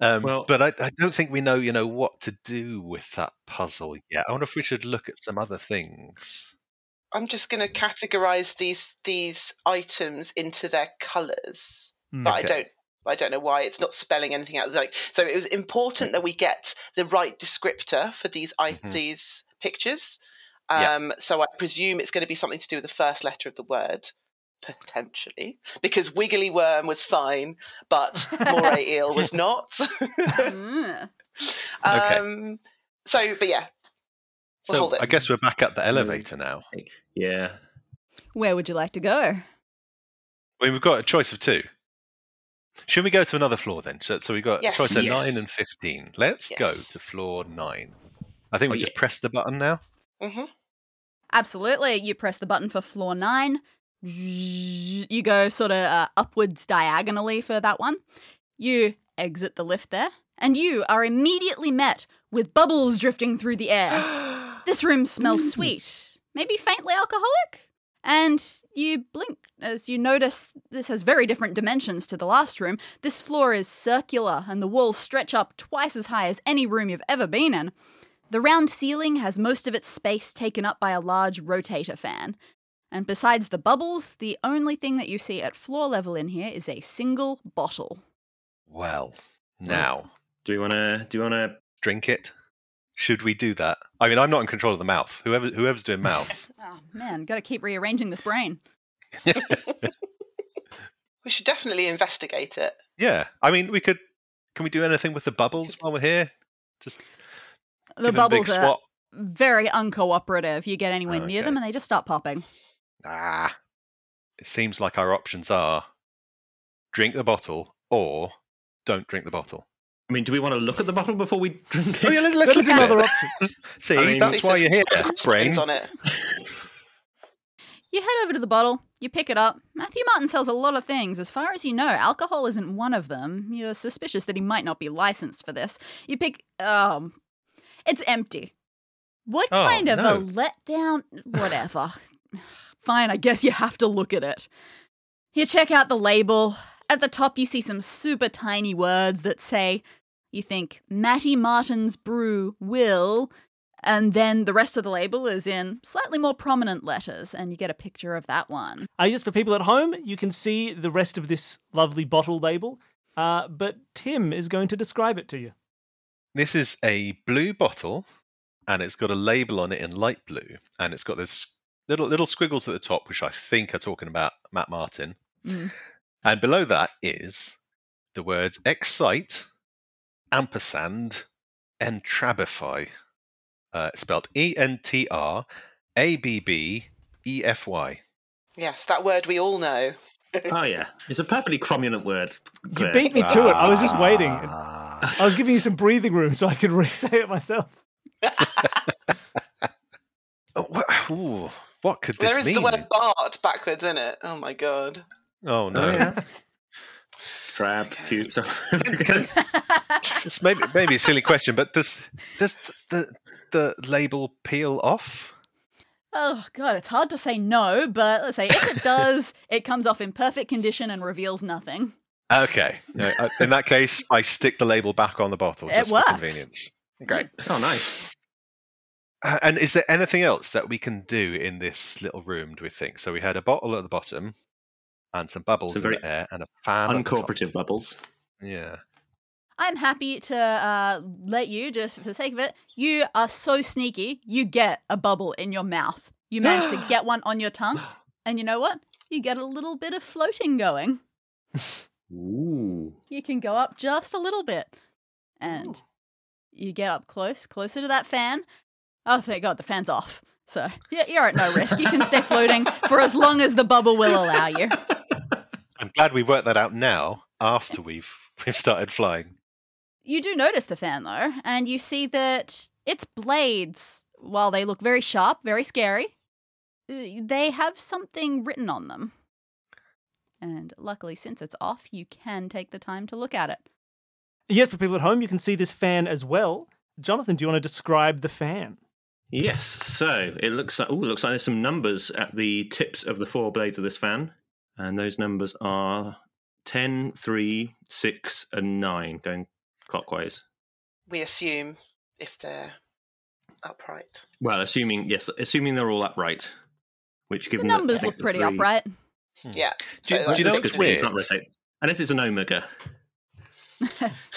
um,
Well-
but I, I don't think we know, you know, what to do with that puzzle yet. I wonder if we should look at some other things.
I'm just going to categorise these these items into their colours.
Mm.
but I
Okay.
don't I don't know why it's not spelling anything out. Like so, it was important that we get the right descriptor for these i
Mhm.
these pictures.
Yeah.
Um, So I presume it's going to be something to do with the first letter of the word, potentially, because Wiggly Worm was fine, but Moray Eel was not.
Mm.
Okay.
Um, so, but yeah, Well,
So
hold it.
I guess we're back
Hmm.
at the elevator now.
Yeah.
Where would you like to go?
I mean, we've got a choice of two. Should we go to another floor then? So, so we've got
Yes.
choice of
Yes.
nine and fifteen. Let's go
Yes.
to floor nine. I think we
Oh,
just
yeah.
press the button now.
hmm
Absolutely. You press the button for floor nine. You go sort of uh, upwards diagonally for that one. You exit the lift there, and you are immediately met with bubbles drifting through the air. This room smells sweet, maybe faintly alcoholic. And you blink as you notice this has very different dimensions to the last room. This floor is circular, and the walls stretch up twice as high as any room you've ever been in. The round ceiling has most of its space taken up by a large rotator fan. And besides the bubbles, the only thing that you see at floor level in here is a single bottle.
Well, now
Do you want to? Do you want to?
drink it. Should we do that? I mean, I'm not in control of the mouth. Whoever whoever's doing mouth.
Oh man, gotta keep rearranging this brain.
we should definitely investigate it.
yeah. I mean, we could. Can we do anything with the bubbles while we're here? Just
The
give 'em a big
bubbles are
swat.
very uncooperative. You get anywhere
Oh,
near
okay.
them and they just start popping.
Ah, it seems like our options are drink the bottle or don't drink the bottle.
I mean, do we want to look at the bottle before we drink it?
Oh, yeah, let,
That
us
is
look at
another
it.
option.
See,
I mean-
See
that's
if
why you're
there's
here,
some
brain.
crossbones on it.
You head over to the bottle, you pick it up. Matthew Martin sells a lot of things. As far as you know, alcohol isn't one of them. You're suspicious that he might not be licensed for this. You pick um it's empty. What
Oh,
kind of a
no.
letdown whatever. Fine, I guess you have to look at it. You check out the label. At the top you see some super tiny words that say you think Matty Martin's brew will and then the rest of the label is in slightly more prominent letters, and you get a picture of that one.
Uh, yes, for people at home, you can see the rest of this lovely bottle label, uh, but Tim is going to describe it to you.
This is a blue bottle, and it's got a label on it in light blue, and it's got this little little squiggles at the top, which I think are talking about Matt Martin,
Mm.
and below that is the words excite, ampersand, entrabify, uh, spelled E N T R A B B E F Y.
Yes, that word we all know.
Oh yeah, it's a perfectly cromulent word.
You
Claire.
beat me to it. I was just waiting.
Ah.
I
Ah.
was giving you some breathing room so I could re say it myself.
Oh, wha- ooh, what could this
There is
mean?
the word Bart backwards in it. Oh my god.
Oh no!
Oh yeah. Trap, cute. So
It's maybe maybe a silly question, but does does the the label peel off?
Oh, God, it's hard to say no, but let's say if it does, it comes off in perfect condition and reveals nothing.
Okay. No, I- uh, in that case, I stick the label back on the bottle
It
just for
works.
convenience. Great.
Oh, nice.
Uh, and is there anything else that we can do in this little room? Do we think? So we had a bottle at the bottom, and some bubbles
Some
in
very
the air, and a fan. at the top.
Uncooperative bubbles.
Yeah.
I'm happy to uh, let you, just for the sake of it, you are so sneaky, you get a bubble in your mouth. You manage to get one on your tongue, and you know what? You get a little bit of floating going.
Ooh.
You can go up just a little bit, and
Oh.
you get up close, closer to that fan. Oh, thank God, the fan's off. So yeah, you're at no risk. You can stay floating for as long as the bubble will allow you.
I'm glad we worked that out now after we've we've started flying.
You do notice the fan though, and you see that its blades, while they look very sharp, very scary, uh, they have something written on them. And luckily, since it's off, you can take the time to look at it.
Yes, for people at home, you can see this fan as well. Jonathan, do you want to describe the fan?
Yes. So it looks like. Oh, it looks like there's some numbers at the tips of the four blades of this fan, and those numbers are 10, 3, 6, and nine, going clockwise.
We assume if they're upright.
Well, assuming yes, assuming they're all upright, which
The
given that I
numbers
think
look
the
pretty
three-
upright.
Yeah.
Do you-
like
do you know
six
what's
is-
weird?
It's not rotate. Unless it's an omega.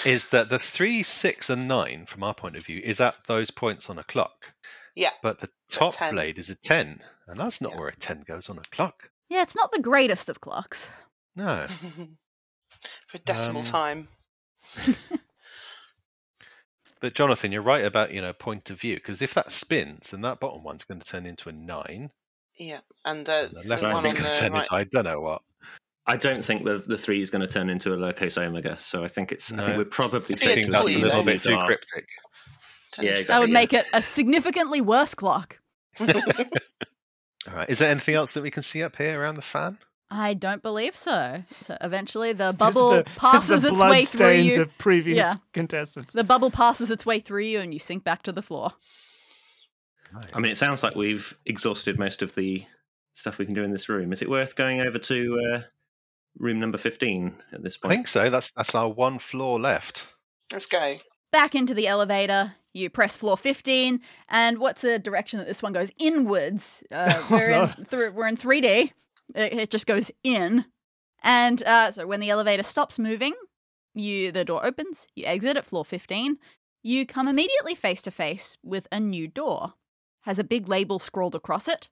Is that the three, six, and nine from our point of view is at those points on a clock,
Yeah.
but the top
10.
blade is a ten, and that's not
Yeah.
where a ten goes on a clock.
Yeah, it's not the greatest of clocks.
No.
For decimal
Um,
time.
But Jonathan, you're right about you know point of view because if that spins, then that bottom one's going to turn into a nine,
Yeah. And the,
and the
the
left
one
one's
on
going to
the
turn
right.
into I don't know what.
I don't think the the three is going to turn into a lowercase omega. So I think it's. I think
No.
we're probably.
Yeah,
I think
it's
that's a
cool,
little
you know.
bit too cryptic.
turn
yeah,
into-
exactly.
That would make it a significantly worse clock.
All right. Is there anything else that we can see up here around the fan?
I don't believe so. So eventually, the
Just
bubble
the- just
passes
the
its way through
bloodstains
you.
of previous
Yeah.
contestants.
The bubble passes its way through you, and you sink back to the floor.
I mean, it sounds like we've exhausted most of the stuff we can do in this room. Is it worth going over to uh, room number fifteen at this
I
point?
think so. That's that's our one floor left.
Let's go.
back into the elevator. You press floor 15, and what's the direction that this one goes? Inwards. Uh,
Oh,
we're,
no.
in th- we're in 3D. It, it just goes in. And uh, so when the elevator stops moving, you the door opens, you exit at floor 15. You come immediately face to face with a new door. Has a big label scrawled across it.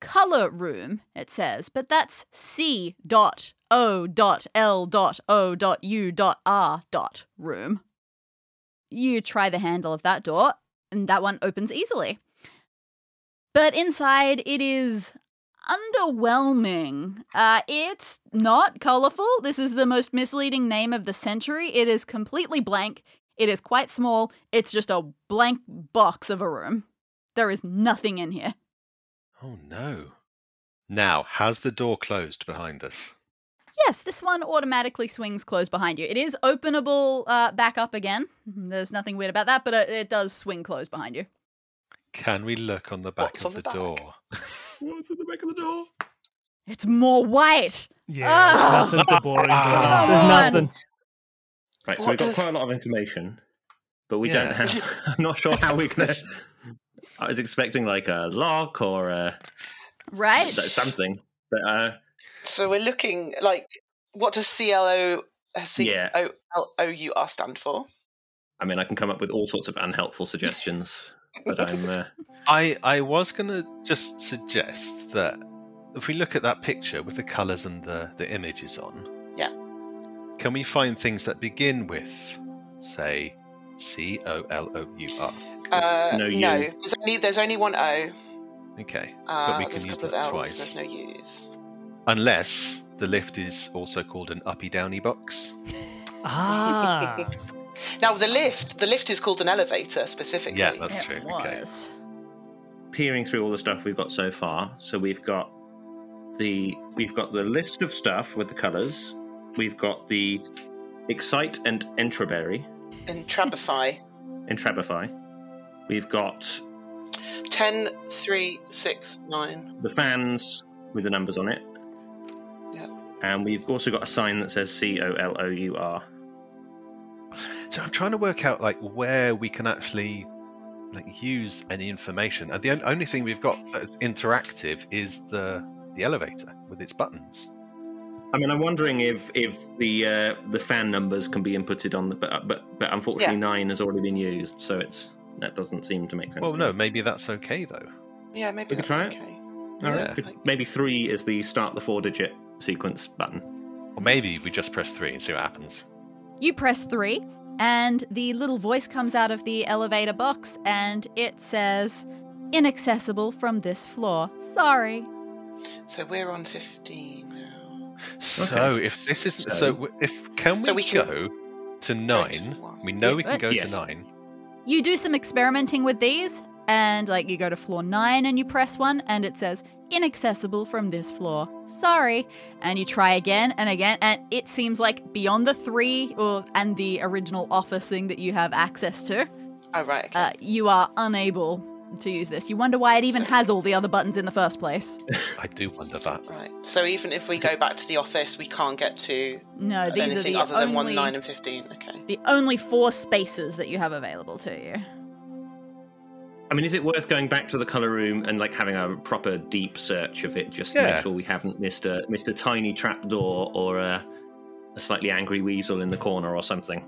Color room, it says, but that's C dot O dot L dot O dot U dot R dot room you try the handle of that door, and that one opens easily. But inside, it is underwhelming. Uh, it's not colorful. This is the most misleading name of the century. It is completely blank. It is quite small. It's just a blank box of a room. There is nothing in here.
Oh no. Now, has the door closed behind us?
Yes, this one automatically swings closed behind you. It is openable uh, back up again. There's nothing weird about that, but it, it does swing closed behind you.
Can we look on the back
What's
of
on
the,
the back?
door?
What's at the back of the door?
It's more white.
Yeah, there's
Ah!
nothing to boring.
Ah!
There's
Come on.
nothing.
Right, so
What
we've got
does-
quite a lot of information, but we don't
Yeah.
have. I'm not sure how we're gonna. I was expecting like a lock or a
Right?
like something, but uh,
So we're looking like what does CLO uh, CLOUR stand for?
I mean, I can come up with all sorts of unhelpful suggestions. But I'm. Uh,
I I was gonna just suggest that if we look at that picture with the colours and the the images on,
Yeah.
can we find things that begin with, say, C O L O U R?
Uh,
No
no,
U.
There's only there's only one O.
Okay,
Uh,
we can
there's a
use
couple of
that
L's.
twice.
There's no U's.
unless the lift is also called an uppy downy box.
Ah,
Now the lift, the lift is called an elevator specifically.
Yeah, that's
it
true. Okay.
was.
peering through all the stuff we've got so far. So we've got the we've got the list of stuff with the colours. We've got the excite and entraberry
and Trabify.
entrabify. We've got
Ten, three, six, nine.
the fans with the numbers on it.
Yeah.
And we've also got a sign that says C O L O U R.
So I'm trying to work out like where we can actually like use any information. And the on- only thing we've got that's interactive is the the elevator with its buttons.
I mean, I'm wondering if if the uh, the fan numbers can be inputted on the but but, but unfortunately
Yeah.
nine has already been used, so it's that doesn't seem to make sense.
Well,
to
no,
me.
maybe that's okay though.
Yeah, maybe
We could
that's
try it.
okay.
All right,
yeah.
good. maybe three is the start the four digit sequence button.
Or maybe we just press three and see what happens.
You press three, and the little voice comes out of the elevator box and it says, Inaccessible from this floor. Sorry.
So we're on 15 now.
So if this is so,
So-
w- if can we,
So we can
go to nine?
one.
We know we
Yeah,
can go
yes.
to nine.
You do some experimenting with these, and like you go to floor nine and you press one, and it says, Inaccessible from this floor. Sorry. And you try again and again, and it seems like beyond the three or and the original office thing that you have access to,
Oh, right. Okay.
uh, you are unable to use this. You wonder why it even
So-
has all the other buttons in the first place.
I do wonder that.
right. So even if we go back to the office, we can't get to
No, Uh, these are
anything
the
other than 1,
only-
9, and 15. Okay.
the only four spaces that you have available to you.
I mean, is it worth going back to the color room and like having a proper deep search of it, just to
Yeah.
make sure we haven't missed a missed a tiny trapdoor or a, a slightly angry weasel in the corner or something?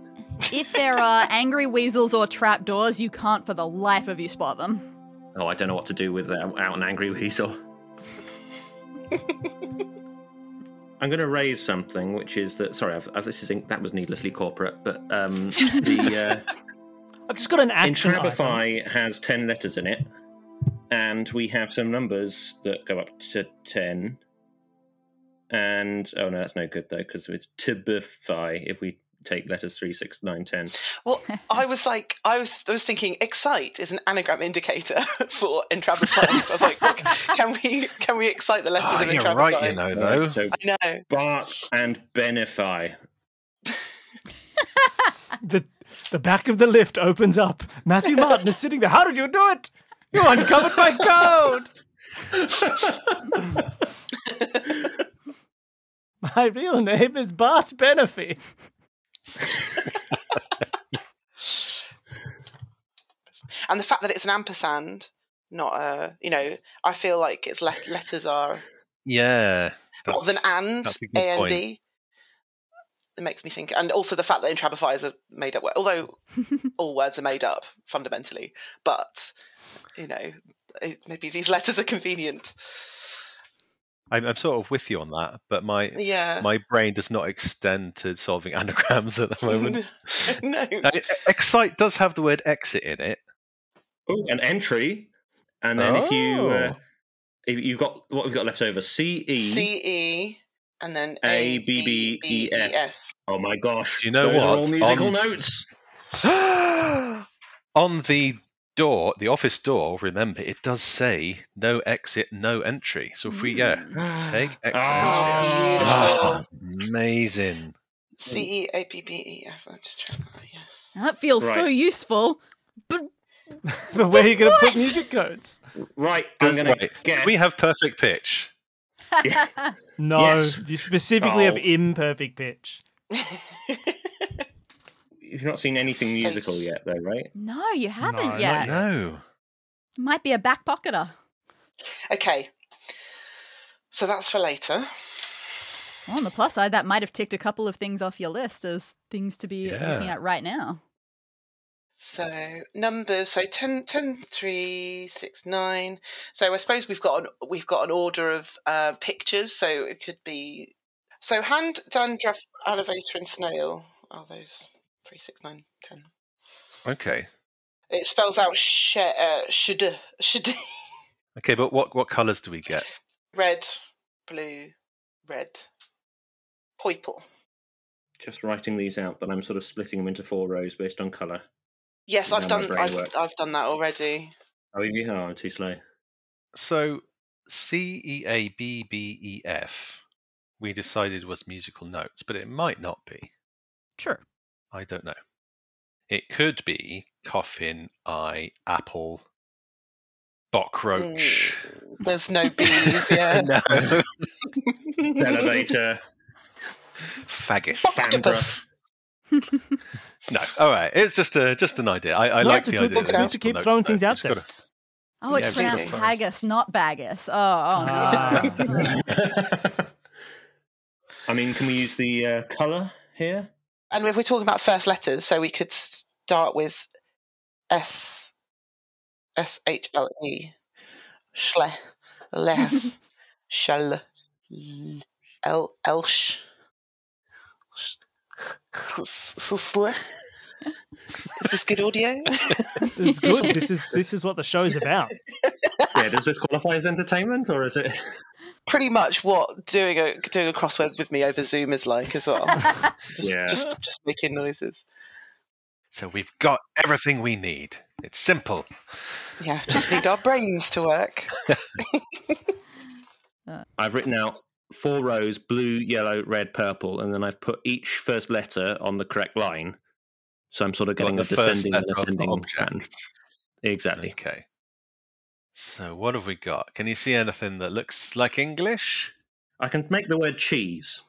If there are angry weasels or trapdoors, you can't for the life of you spot them.
Oh, I don't know what to do with uh, out an angry weasel. I'm going to raise something, which is that. Sorry, I've, I've, this is that was needlessly corporate, but um, the uh,
I've just got an action. item.
Intrabify has ten letters in it, and we have some numbers that go up to ten. And oh no, that's no good though because it's Tibify if we take letters three, six, nine, ten.
Well, I was like, I was, I was thinking, excite is an anagram indicator for entrabifying. So I was like, look, can we can we excite the letters
Ah,
of
you're
entrabifying?
right, you know though.
So
I know.
Bart and Benify.
The the back of the lift opens up. Matthew Martin is sitting there. How did you do it? You uncovered my code. My real name is Bart Benefit.
And the fact that it's an ampersand, not a, you know, I feel like it's le- letters are
Yeah.
rather than
that's-
and,
that's a good
A N
point.
D. It makes me think, and also the fact that entrabifiers are made up. wo- Although all words are made up fundamentally, but you know, it- maybe these letters are convenient.
I'm, I'm sort of with you on that, but my
Yeah.
my brain does not extend to solving anagrams at the moment.
no.
Now, e- Excite does have the word exit in it.
Oh, an entry, and then if you uh,
Oh.
if you've got what we've got left over, C E.
C E and then
A,
A
B,
B
B, E,
E
F.
F.
Oh my gosh!
Do you know
Those Are all
what? Um,
musical
On-
notes.
on the door, the office door, remember, it does say no exit, no entry. So if we,
Mm.
yeah, take exit.
Ah.
Ah, amazing.
C E A B B E F. I'm just trying that. Yes.
That feels so
Right.
useful.
But where are you going to
What?
put music codes?
Right, I'm gonna
Right,
guess.
We have perfect pitch.
No,
Yes.
you specifically have
Oh.
imperfect pitch.
You've not seen anything musical
Face.
yet, though, right?
No, you haven't
not
yet.
yet.
No.
Might be a back pocketer.
Okay. So that's for later.
Well, on the plus side, that might have ticked a couple of things off your list as things to be looking
Yeah.
at right now.
So numbers, so 10, 10, 3, 6, 9. So I suppose we've got an, we've got an order of uh, pictures. So it could be so hand, dandruff, elevator, and snail are those three, six, nine, ten.
Okay.
It spells out sh- uh, should should
Okay, but what, what colours do we get?
red, blue, red, poiple.
Just writing these out, but I'm sort of splitting them into four rows based on colour.
Yes,
Yeah,
I've
my
done
brain
I've,
works.
I've done that already.
Oh, you are too slow.
So C E A B B E F we decided was musical notes, but it might not be.
True.
I don't know. It could be coffin, eye, apple,
Mm,
cockroach.
There's no bees, yeah.
No.
Elevator,
Faggus.
Sandra.
No, all right. It's just a just an idea. I, I
No,
like
it's a
the
good-
idea.
it's
that
good
it's
to keep
notes,
throwing
though.
things out
It's
there.
gotta-
Oh, it's
Yeah,
pronounced
really.
haggis, not baggus. Oh, oh no.
Ah.
I mean, can we use the uh, color here?
And if we're talking about first letters, so we could start with S S H L E. Schle. Les. Shall. El. Elsh. Sle. Is this good audio?
It's good. This is this is what the show's about.
Yeah, does this qualify as entertainment or is it?
Pretty much what doing a doing a crossword with me over Zoom is like as well. Just
Yeah.
just, just making noises.
So we've got everything we need. It's simple.
Yeah, just need our brains to work.
I've written out four rows blue, yellow, red, purple, and then I've put each first letter on the correct line. So I'm sort of going
Got
a
the first
descending and
letter of the
ascending
object.
pattern. Exactly.
Okay. So what have we got? Can you see anything that looks like English?
I can make the word cheese.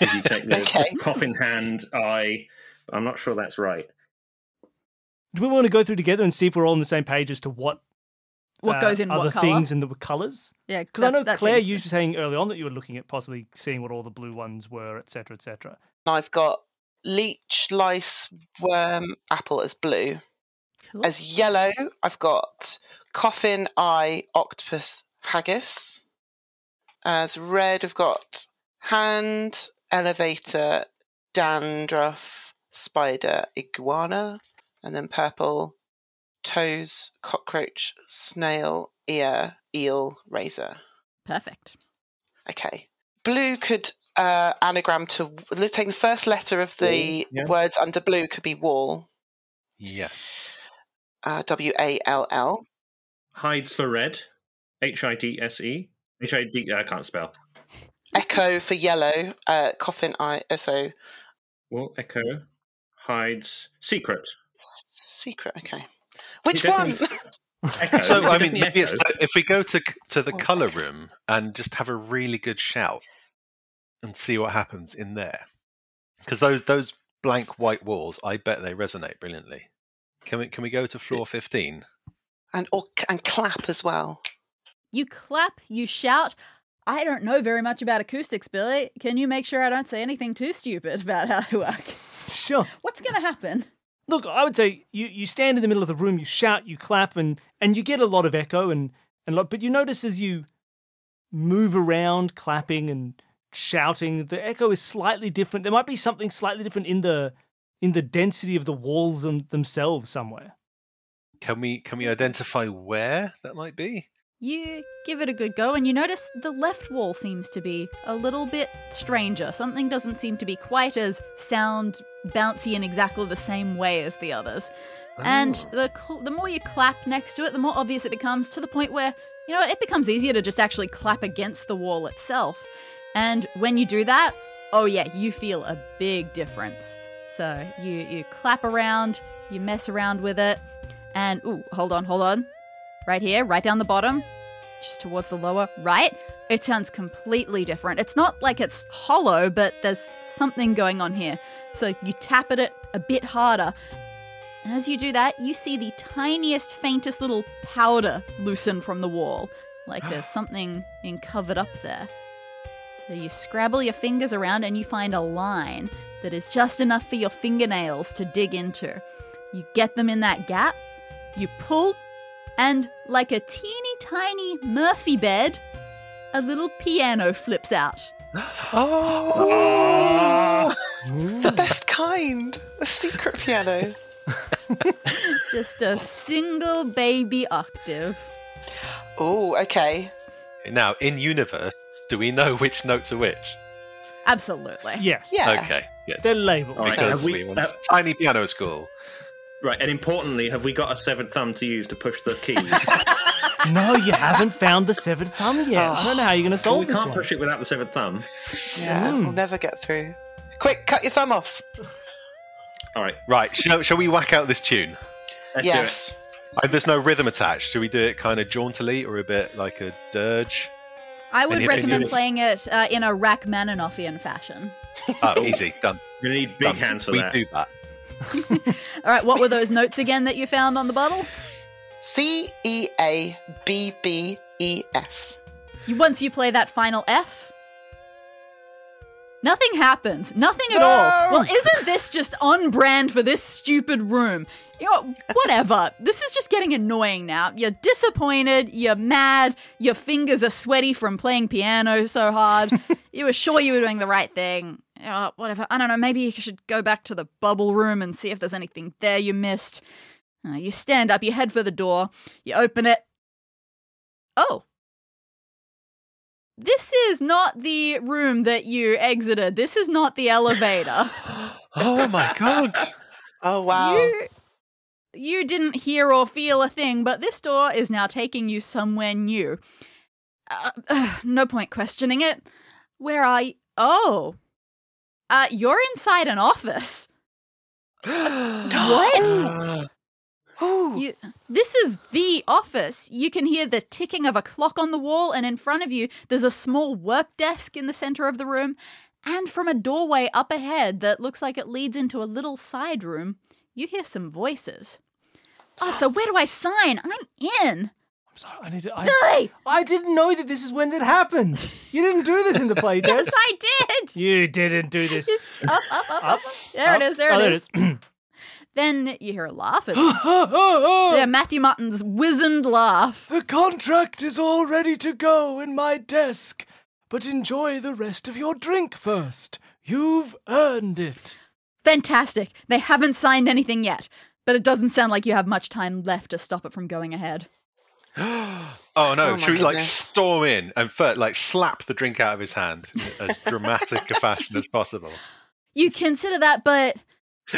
If you take the
Okay.
coffin hand, I. I'm not sure that's right.
Do we want to go through together and see if we're all on the same page as to what
What
uh,
goes in
other
what color?
things and the colours?
yeah,
Because I
that-
know
that
Claire,
seems-
you were saying early on that you were looking at possibly seeing what all the blue ones were, etc., etc.
And I've got leech, lice, worm, apple as blue.
Cool.
As yellow, I've got coffin, eye, octopus, haggis. As red, I've got hand, elevator, dandruff, spider, iguana. And then purple, toes, cockroach, snail, ear, eel, razor.
Perfect.
Okay. Blue could uh, anagram to let's take the first letter of the
Wall, yeah.
words under blue could be wall.
Yes.
Uh, w A L L.
Hides for red. H I D S E. H I D. I can't spell.
Echo for yellow. Uh, coffin I. uh, So
Well, echo. Hides secret.
secret. Okay. Which one?
definitely-
So
Echo. It's
I mean,
definitely
maybe it's
echo.
the, if we go to c- to the
Oh,
color
okay.
room and just have a really good shout and see what happens in there, because those those blank white walls, I bet they resonate brilliantly. Can we can we go to floor fifteen?
And or and clap as well.
You clap, you shout. I don't know very much about acoustics, Billy. Can you make sure I don't say anything too stupid about how they work?
Sure.
What's going to happen?
Look, I would say you, you stand in the middle of the room, you shout, you clap, and and you get a lot of echo and and lot. But you notice as you move around, clapping and shouting, the echo is slightly different. There might be something slightly different in the in the density of the walls them, themselves somewhere.
Can we can we identify where that might be?
You give it a good go, and you notice the left wall seems to be a little bit stranger. Something doesn't seem to be quite as sound bouncy in exactly the same way as the others. And
Oh.
the cl- the more you clap next to it, the more obvious it becomes to the point where you know what, it becomes easier to just actually clap against the wall itself. And when you do that, oh yeah, you feel a big difference. So you you clap around, you mess around with it, and ooh, hold on, hold on, right here, right down the bottom, just towards the lower right. It sounds completely different. It's not like it's hollow, but there's something going on here. So you tap at it a bit harder. And as you do that, you see the tiniest, faintest little powder loosen from the wall. Like there's something being covered up there. So you scrabble your fingers around and you find a line that is just enough for your fingernails to dig into. You get them in that gap, you pull, and like a teeny tiny Murphy bed, a little piano flips out.
Oh, the
Hmm.
Ooh.
best kind. A secret piano.
Just a single baby octave.
Oh, okay.
Now in universe, do we know which notes are which?
Absolutely.
Yes.
Yeah.
Okay. Good.
They're labeled.
All right,
Because
have
we
we-
went to
uh,
tiny piano school.
Right, and importantly, have we got a severed thumb to use to push the keys?
No, you haven't found the severed thumb yet. I don't know how you're going to
well,
solve
we
this
can't
one.
push it without the severed thumb.
Yeah,
Hmm.
Mm.
we'll never get through. Quick, cut your thumb off.
All right,
Right. Shall, shall we whack out this tune?
let's
yes.
Uh, There's no rhythm attached. Do we do it kind of jauntily or a bit like a dirge?
I would
Any
recommend
opinions?
playing it uh, in a Rachmaninofian fashion.
Oh, easy, done.
We need big
done.
hands for
we
that.
do that.
All right, what were those notes again that you found on the bottle?
C E A B B E F.
You, once you play that final F, nothing happens. Nothing at all. Well, isn't this just on brand for this stupid room? You know, whatever. this is just getting annoying now. You're disappointed. You're mad. Your fingers are sweaty from playing piano so hard. you were sure you were doing the right thing. Uh, whatever. I don't know. Maybe you should go back to the bubble room and see if there's anything there you missed. Uh, you stand up. You head for the door. You open it. Oh this is not the room that you exited. This is not the elevator.
Oh my god!
Oh wow.
You, you didn't hear or feel a thing, but this door is now taking you somewhere new. Uh, ugh, no point questioning it. Where are you? Oh. Uh, you're inside an office. What?
Ooh.
You, this is the office. You can hear the ticking of a clock on the wall, and in front of you, there's a small work desk in the center of the room. And from a doorway up ahead that looks like it leads into a little side room, you hear some voices. Oh, so where do I sign? I'm in.
I'm sorry, I need to. I,
Billy!
I didn't know that this is when it happens. You didn't do this in the playtest.
Yes, I did.
you didn't do this.
Just up, up, up, up.
Up,
There it
up.
is. There
Oh,
it is. Then you hear a laugh. It's yeah, Matthew Martin's wizened laugh.
The contract is all ready to go in my desk, but enjoy the rest of your drink first. You've earned it.
Fantastic. They haven't signed anything yet, but it doesn't sound like you have much time left to stop it from going ahead.
Oh no!
Oh my
Should we like
goodness.
storm in and fir- like slap the drink out of his hand in as dramatic a fashion as possible?
You consider that, but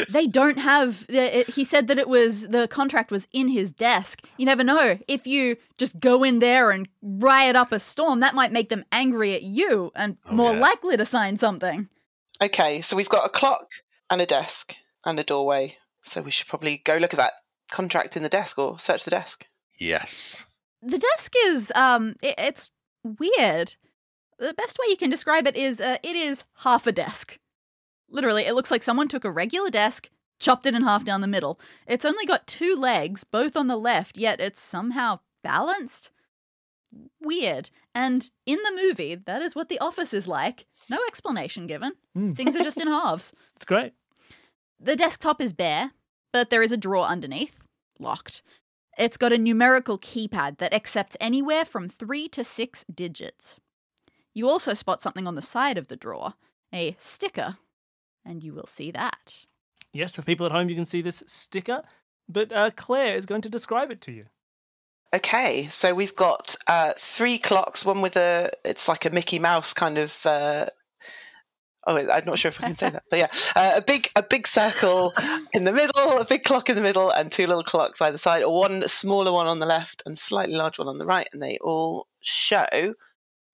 they don't have. the- it- He said that it was the contract was in his desk. You never know. If you just go in there and riot up a storm, that might make them angry at you and
Oh,
more
yeah.
likely to sign something.
Okay, so we've got a clock and a desk and a doorway. So we should probably go look at that contract in the desk or search the desk.
Yes.
The desk is um, i it's weird. The best way you can describe it is uh, it is half a desk. Literally, it looks like someone took a regular desk, chopped it in half down the middle. It's only got two legs, both on the left, yet it's somehow balanced. Weird. And in the movie, that is what the office is like. No explanation given.
Mm.
Things are just in halves.
It's great.
The desktop is bare, but there is a drawer underneath, locked. It's got a numerical keypad that accepts anywhere from three to six digits. You also spot something on the side of the drawer a sticker, and you will see that.
Yes, for people at home, you can see this sticker, but uh, Claire is going to describe it to you.
Okay, so we've got uh, three clocks. One with a, it's like a Mickey Mouse kind of. Uh, oh, I'm not sure if I can say that, but yeah, uh, a big a big circle in the middle, a big clock in the middle, and two little clocks either side, or one smaller one on the left and slightly larger one on the right, and they all show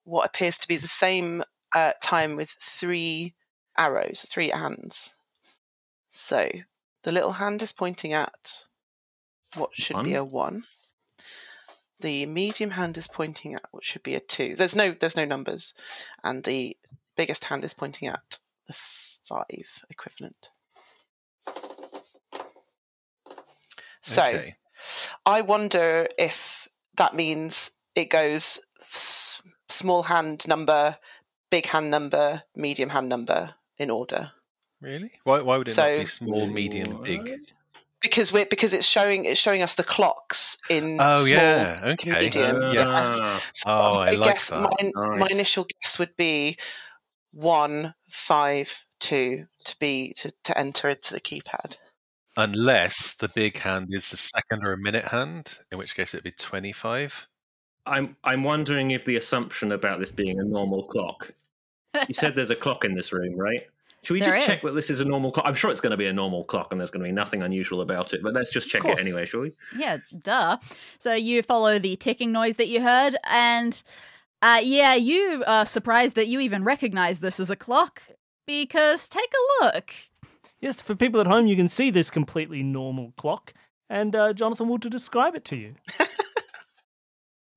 what appears to be the same uh, time with three arrows, three hands. So the little hand is pointing at what should be
One.
a one. The medium hand is pointing at what should be a two. There's no there's no numbers, and the biggest hand is pointing at the five equivalent. So
Okay.
I wonder if that means it goes s- small hand number, big hand number, medium hand number in order
Really? Why? Why would it
So-
not be small, medium, big?
because we're because it's showing it's showing us the clocks in
Oh
small.
yeah. Okay.
medium.
Uh,
Yes.
Ah,
So
Oh, I like
guess
that.
my my
Nice.
initial guess would be one five two to be to, to enter into the keypad.
Unless the big hand is a second or a minute hand, in which case it'd be twenty-five.
I'm I'm wondering if the assumption about this being a normal clock. You said there's a clock in this room, right? Should we
There
just check
is.
that this is a normal clock? I'm sure it's going to be a normal clock, and there's going to be nothing unusual about it. But let's just check it
course.
anyway, shall we?
Yeah, duh. So you follow the ticking noise that you heard, and uh, yeah, you are surprised that you even recognize this as a clock because take a look.
Yes, for people at home, you can see this completely normal clock, and uh, Jonathan will to describe it to you.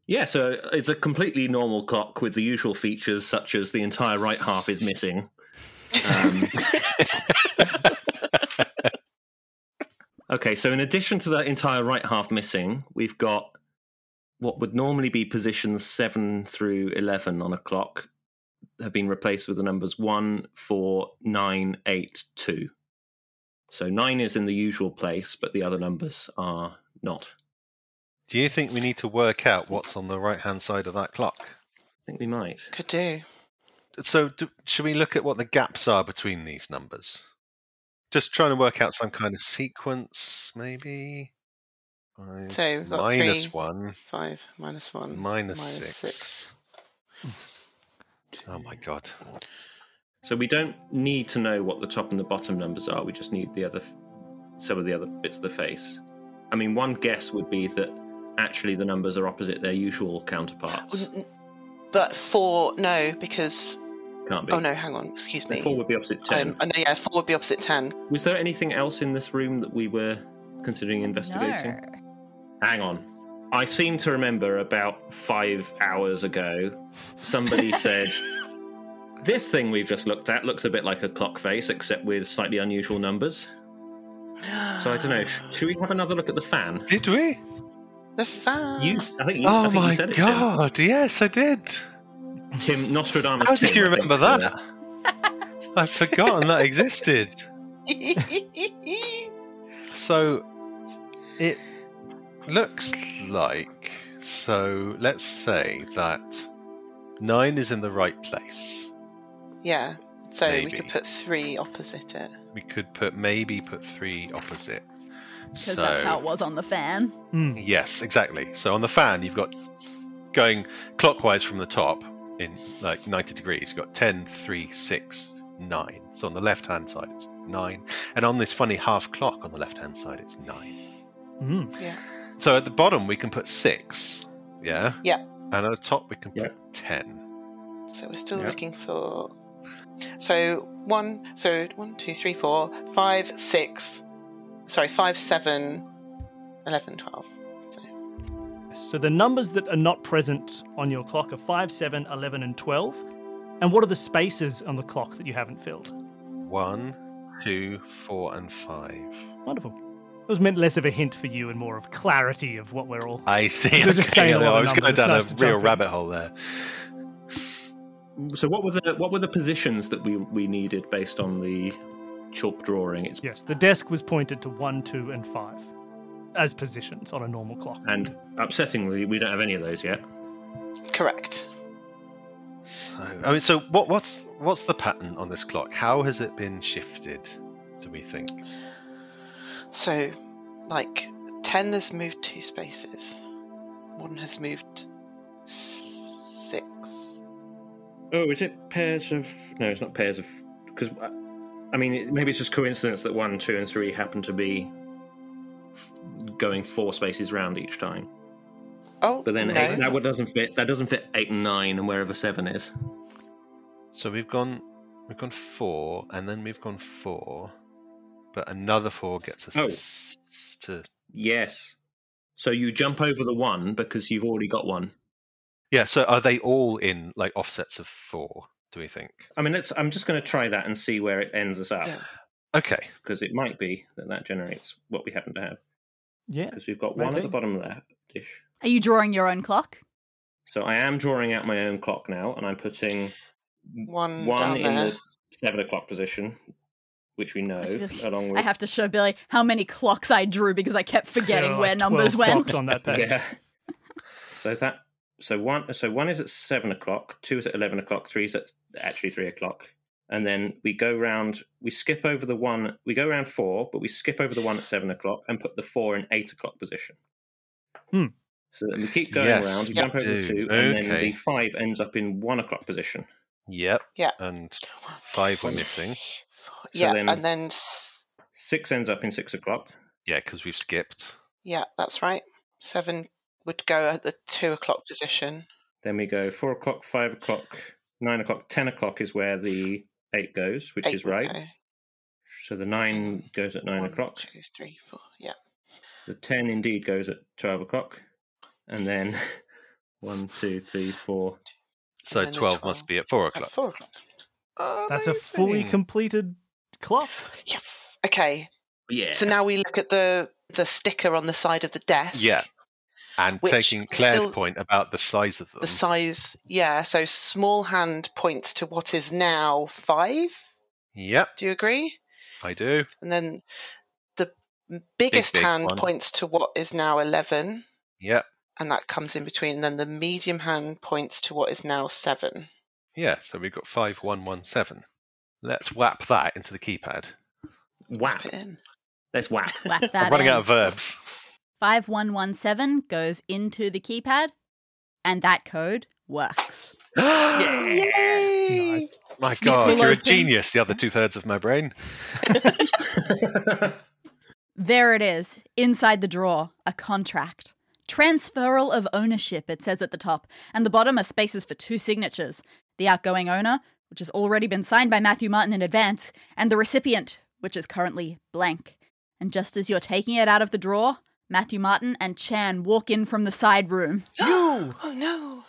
Yeah, so it's a completely normal clock with the usual features such as the entire right half is missing. Um, okay, so in addition to that entire right half missing, we've got what would normally be positions 7 through 11 on a clock have been replaced with the numbers 1, 4, 9, 8, 2. So 9 is in the usual place, but the other numbers are not.
Do you think we need to work out what's on the right hand side of that clock?
I think we might.
Could do.
So, do, should we look at what the gaps are between these numbers? Just trying to work out some kind of sequence, maybe. Five,
So we've got
minus
three.
one,
Five minus one.
minus,
minus
six.
six.
Oh my god!
So we don't need to know what the top and the bottom numbers are. We just need the other, some of the other bits of the face. I mean, one guess would be that actually the numbers are opposite their usual counterparts.
Oh, But four, no, because.
Can't be.
Oh no, hang on. Excuse me. uh,
Four would be opposite ten.
Um, I know, yeah, four would be opposite ten.
Was there anything else in this room that we were considering investigating? Hang on. I seem to remember about five hours ago, somebody said, This thing we've just looked at looks a bit like a clock face, except with slightly unusual numbers. So I don't know. sh- Should we have another look at the fan?
Did we?
The fan.
You, I think you, I
oh
think
my
you said
god! Yes, I did.
it, Tim. Tim Nostradamus.
How did
Tim,
you
I think,
remember
uh,
that? I'd forgotten that existed. So it looks like so let's say that 9 is in the right place.
yeah. So we
Maybe.
could put three opposite it.
We could put maybe put 3 opposite.
Because
So
that's how it was on the fan.
Mm,
yes, exactly. So on the fan you've got going clockwise from the top in like 90 degrees you've got 10 3 6 9. So on the left-hand side it's 9 and on this funny half clock on the left-hand side it's 9.
Mm.
Yeah.
So at the bottom we can put six. Yeah.
Yeah.
And at the top we can
Yeah.
put ten.
So we're still
Yeah.
looking for. So one, so one, two, three, four, five, six. Sorry, five, seven, eleven, twelve. So
So the numbers that are not present on your clock are 5, 7, 11, and 12. And what are the spaces on the clock that you haven't filled?
One, two, four, and five.
Wonderful. It was meant less of a hint for you and more of clarity of what we're all.
I see.
So just saying a lot
no, I
of
was going
numbers, it's
down
nice to
a
jump
real
in.
rabbit hole there.
So what were the what were the positions that we we needed based on the chalk drawing? It's
Yes, the desk was pointed to 1, 2, and 5 as positions on a normal clock.
and upsettingly we don't have any of those yet.
correct.
So, I mean, so what? What's what's the pattern on this clock? How has it been shifted? Do we think?
So, like ten has moved two spaces. One has moved s- six.
Oh, is it pairs of? No, it's not pairs of. Because I mean, it- maybe it's just coincidence that one, two, and three happen to be f- going four spaces round each time.
Oh,
But then
no.
eight, that one doesn't fit. That doesn't fit eight and nine, and wherever seven is.
So we've gone, we've gone four, and then we've gone four, but another four gets us
Oh.
to s to.
Yes. So you jump over the one because you've already got one.
Yeah. So are they all in like offsets of four? Do we think?
I mean, let's. I'm just going to try that and see where it ends us up
Yeah.
Okay.
because it might be that that generates what we happen to have
Yeah.
because we've got one at
Maybe.
the bottom left ish.
Are you drawing your own clock?
So I am drawing out my own clock now, and I'm putting
one,
one
Mm, down
in
there.
the seven o'clock position, which we know,
I feel-
along with
I have to show Billy how many clocks I drew because I kept
There
forgetting
are
where
like
numbers
12
went.
clocks on that page.
yeah. so that so one so one is at seven o'clock, two is at eleven o'clock, three is at actually three o'clock, and then we go round. We skip over the one. We go round four, but we skip over the one at seven o'clock and put the four in eight o'clock position.
Hmm.
So then we keep going
Yes,
round, we
we
jump over the
do.
two, and then
Okay.
the five ends up in one o'clock position.
Yep.
Yeah.
And five were
One.
missing.
yeah,
then-
and then s-
Six ends up in six o'clock.
Yeah, because we've skipped.
yeah, that's right. Seven would go at the two o'clock position.
Then we go four o'clock, five o'clock, nine o'clock, ten o'clock is where the eight goes, which
Eight
is
would
right.
go.
So the nine goes at nine
One,
o'clock.
Two, three, four. Yeah.
The ten indeed goes at twelve o'clock, and then One, two, three, four.
So
And then
12 must
12.
be at 4 o'clock.
At four o'clock.
That's a fully
Amazing.
completed clock.
Yes. Okay.
Yeah.
So now we look at the the sticker on the side of the desk.
Yeah. And
which
taking
is
Claire's
still-
point about the size of them.
The size. Yeah. So small hand points to what is now five.
Yep,
Do you agree?
I do.
And then the biggest
big
hand
one.
points to what is now eleven,
Yep.
and that comes in between. And then the medium hand points to what is now seven.
Yeah, so we've got 5117. Let's whap that into the keypad.
whap.
Put it in.
Let's whap.
Whack that
I'm running
in.
out of verbs.
5117 goes into the keypad, and that code works.
yeah.
Yay!
Nice.
My
Sneak
God, you're a
open.
genius, the other two thirds of my brain.
There it is, inside the drawer, a contract. Transferal of ownership, it says at the top, and the bottom are spaces for two signatures the outgoing owner, which has already been signed by Matthew Martin in advance, and the recipient, which is currently blank. And just as you're taking it out of the drawer, Matthew Martin and Chan walk in from the side room.
You!
Oh no!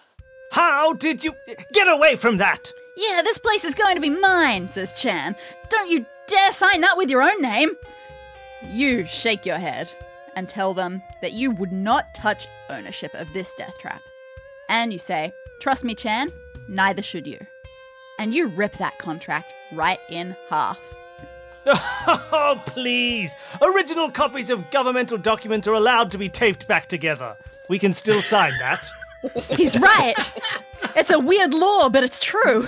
How did you get away from that?
Yeah, this place is going to be mine, says Chan. Don't you dare sign that with your own name! You shake your head and tell them that you would not touch ownership of this death trap. And you say, Trust me, Chan, neither should you. And you rip that contract right in half.
Oh, please! Original copies of governmental documents are allowed to be taped back together. We can still sign that.
He's right! it's a weird law, but it's true.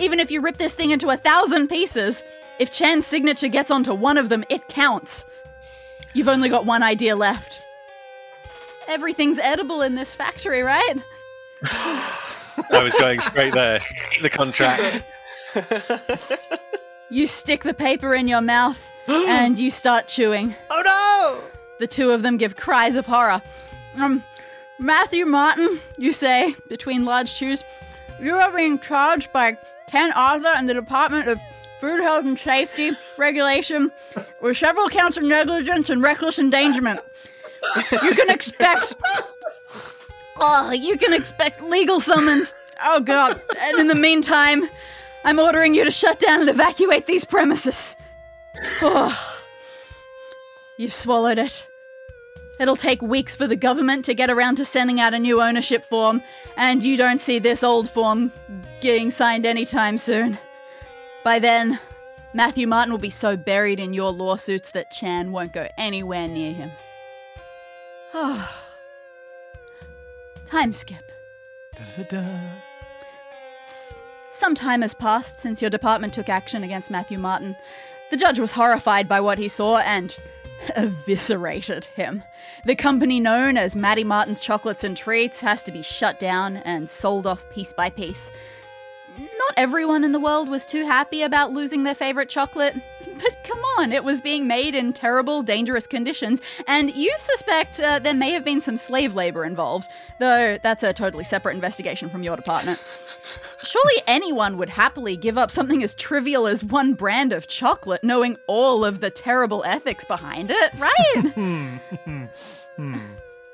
Even if you rip this thing into a thousand pieces, if Chan's signature gets onto one of them, it counts. You've only got one idea left. Everything's edible in this factory, right?
I was going straight there. The contract.
You stick the paper in your mouth and you start chewing.
Oh no!
The two of them give cries of horror. Um, Matthew Martin, you say, between large chews, you are being charged by Ken Arthur and the Department of Food, Health and Safety Regulation with several counts of negligence and reckless endangerment. You can expect. Oh, you can expect legal summons. Oh, God. And in the meantime, I'm ordering you to shut down and evacuate these premises. Oh. You've swallowed it. It'll take weeks for the government to get around to sending out a new ownership form, and you don't see this old form getting signed anytime soon. By then, Matthew Martin will be so buried in your lawsuits that Chan won't go anywhere near him. Time skip.
Da-da-da.
S- Some time has passed since your department took action against Matthew Martin. The judge was horrified by what he saw and eviscerated him. The company known as Matty Martin's Chocolates and Treats has to be shut down and sold off piece by piece. Not everyone in the world was too happy about losing their favorite chocolate, but come on, it was being made in terrible, dangerous conditions, and you suspect uh, there may have been some slave labor involved, though that's a totally separate investigation from your department. Surely anyone would happily give up something as trivial as one brand of chocolate, knowing all of the terrible ethics behind it, right?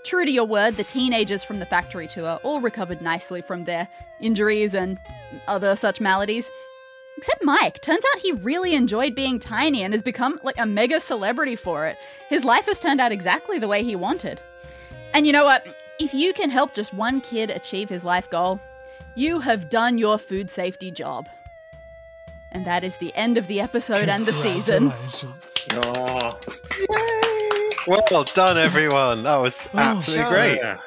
True to your word, the teenagers from the factory tour all recovered nicely from their injuries and other such maladies. Except Mike. Turns out he really enjoyed being tiny and has become like a mega celebrity for it. His life has turned out exactly the way he wanted. And you know what? If you can help just one kid achieve his life goal, you have done your food safety job. And that is the end of the episode and the season.
oh, Ah,
Well done, everyone. That was
Oh,
absolutely great.
yeah.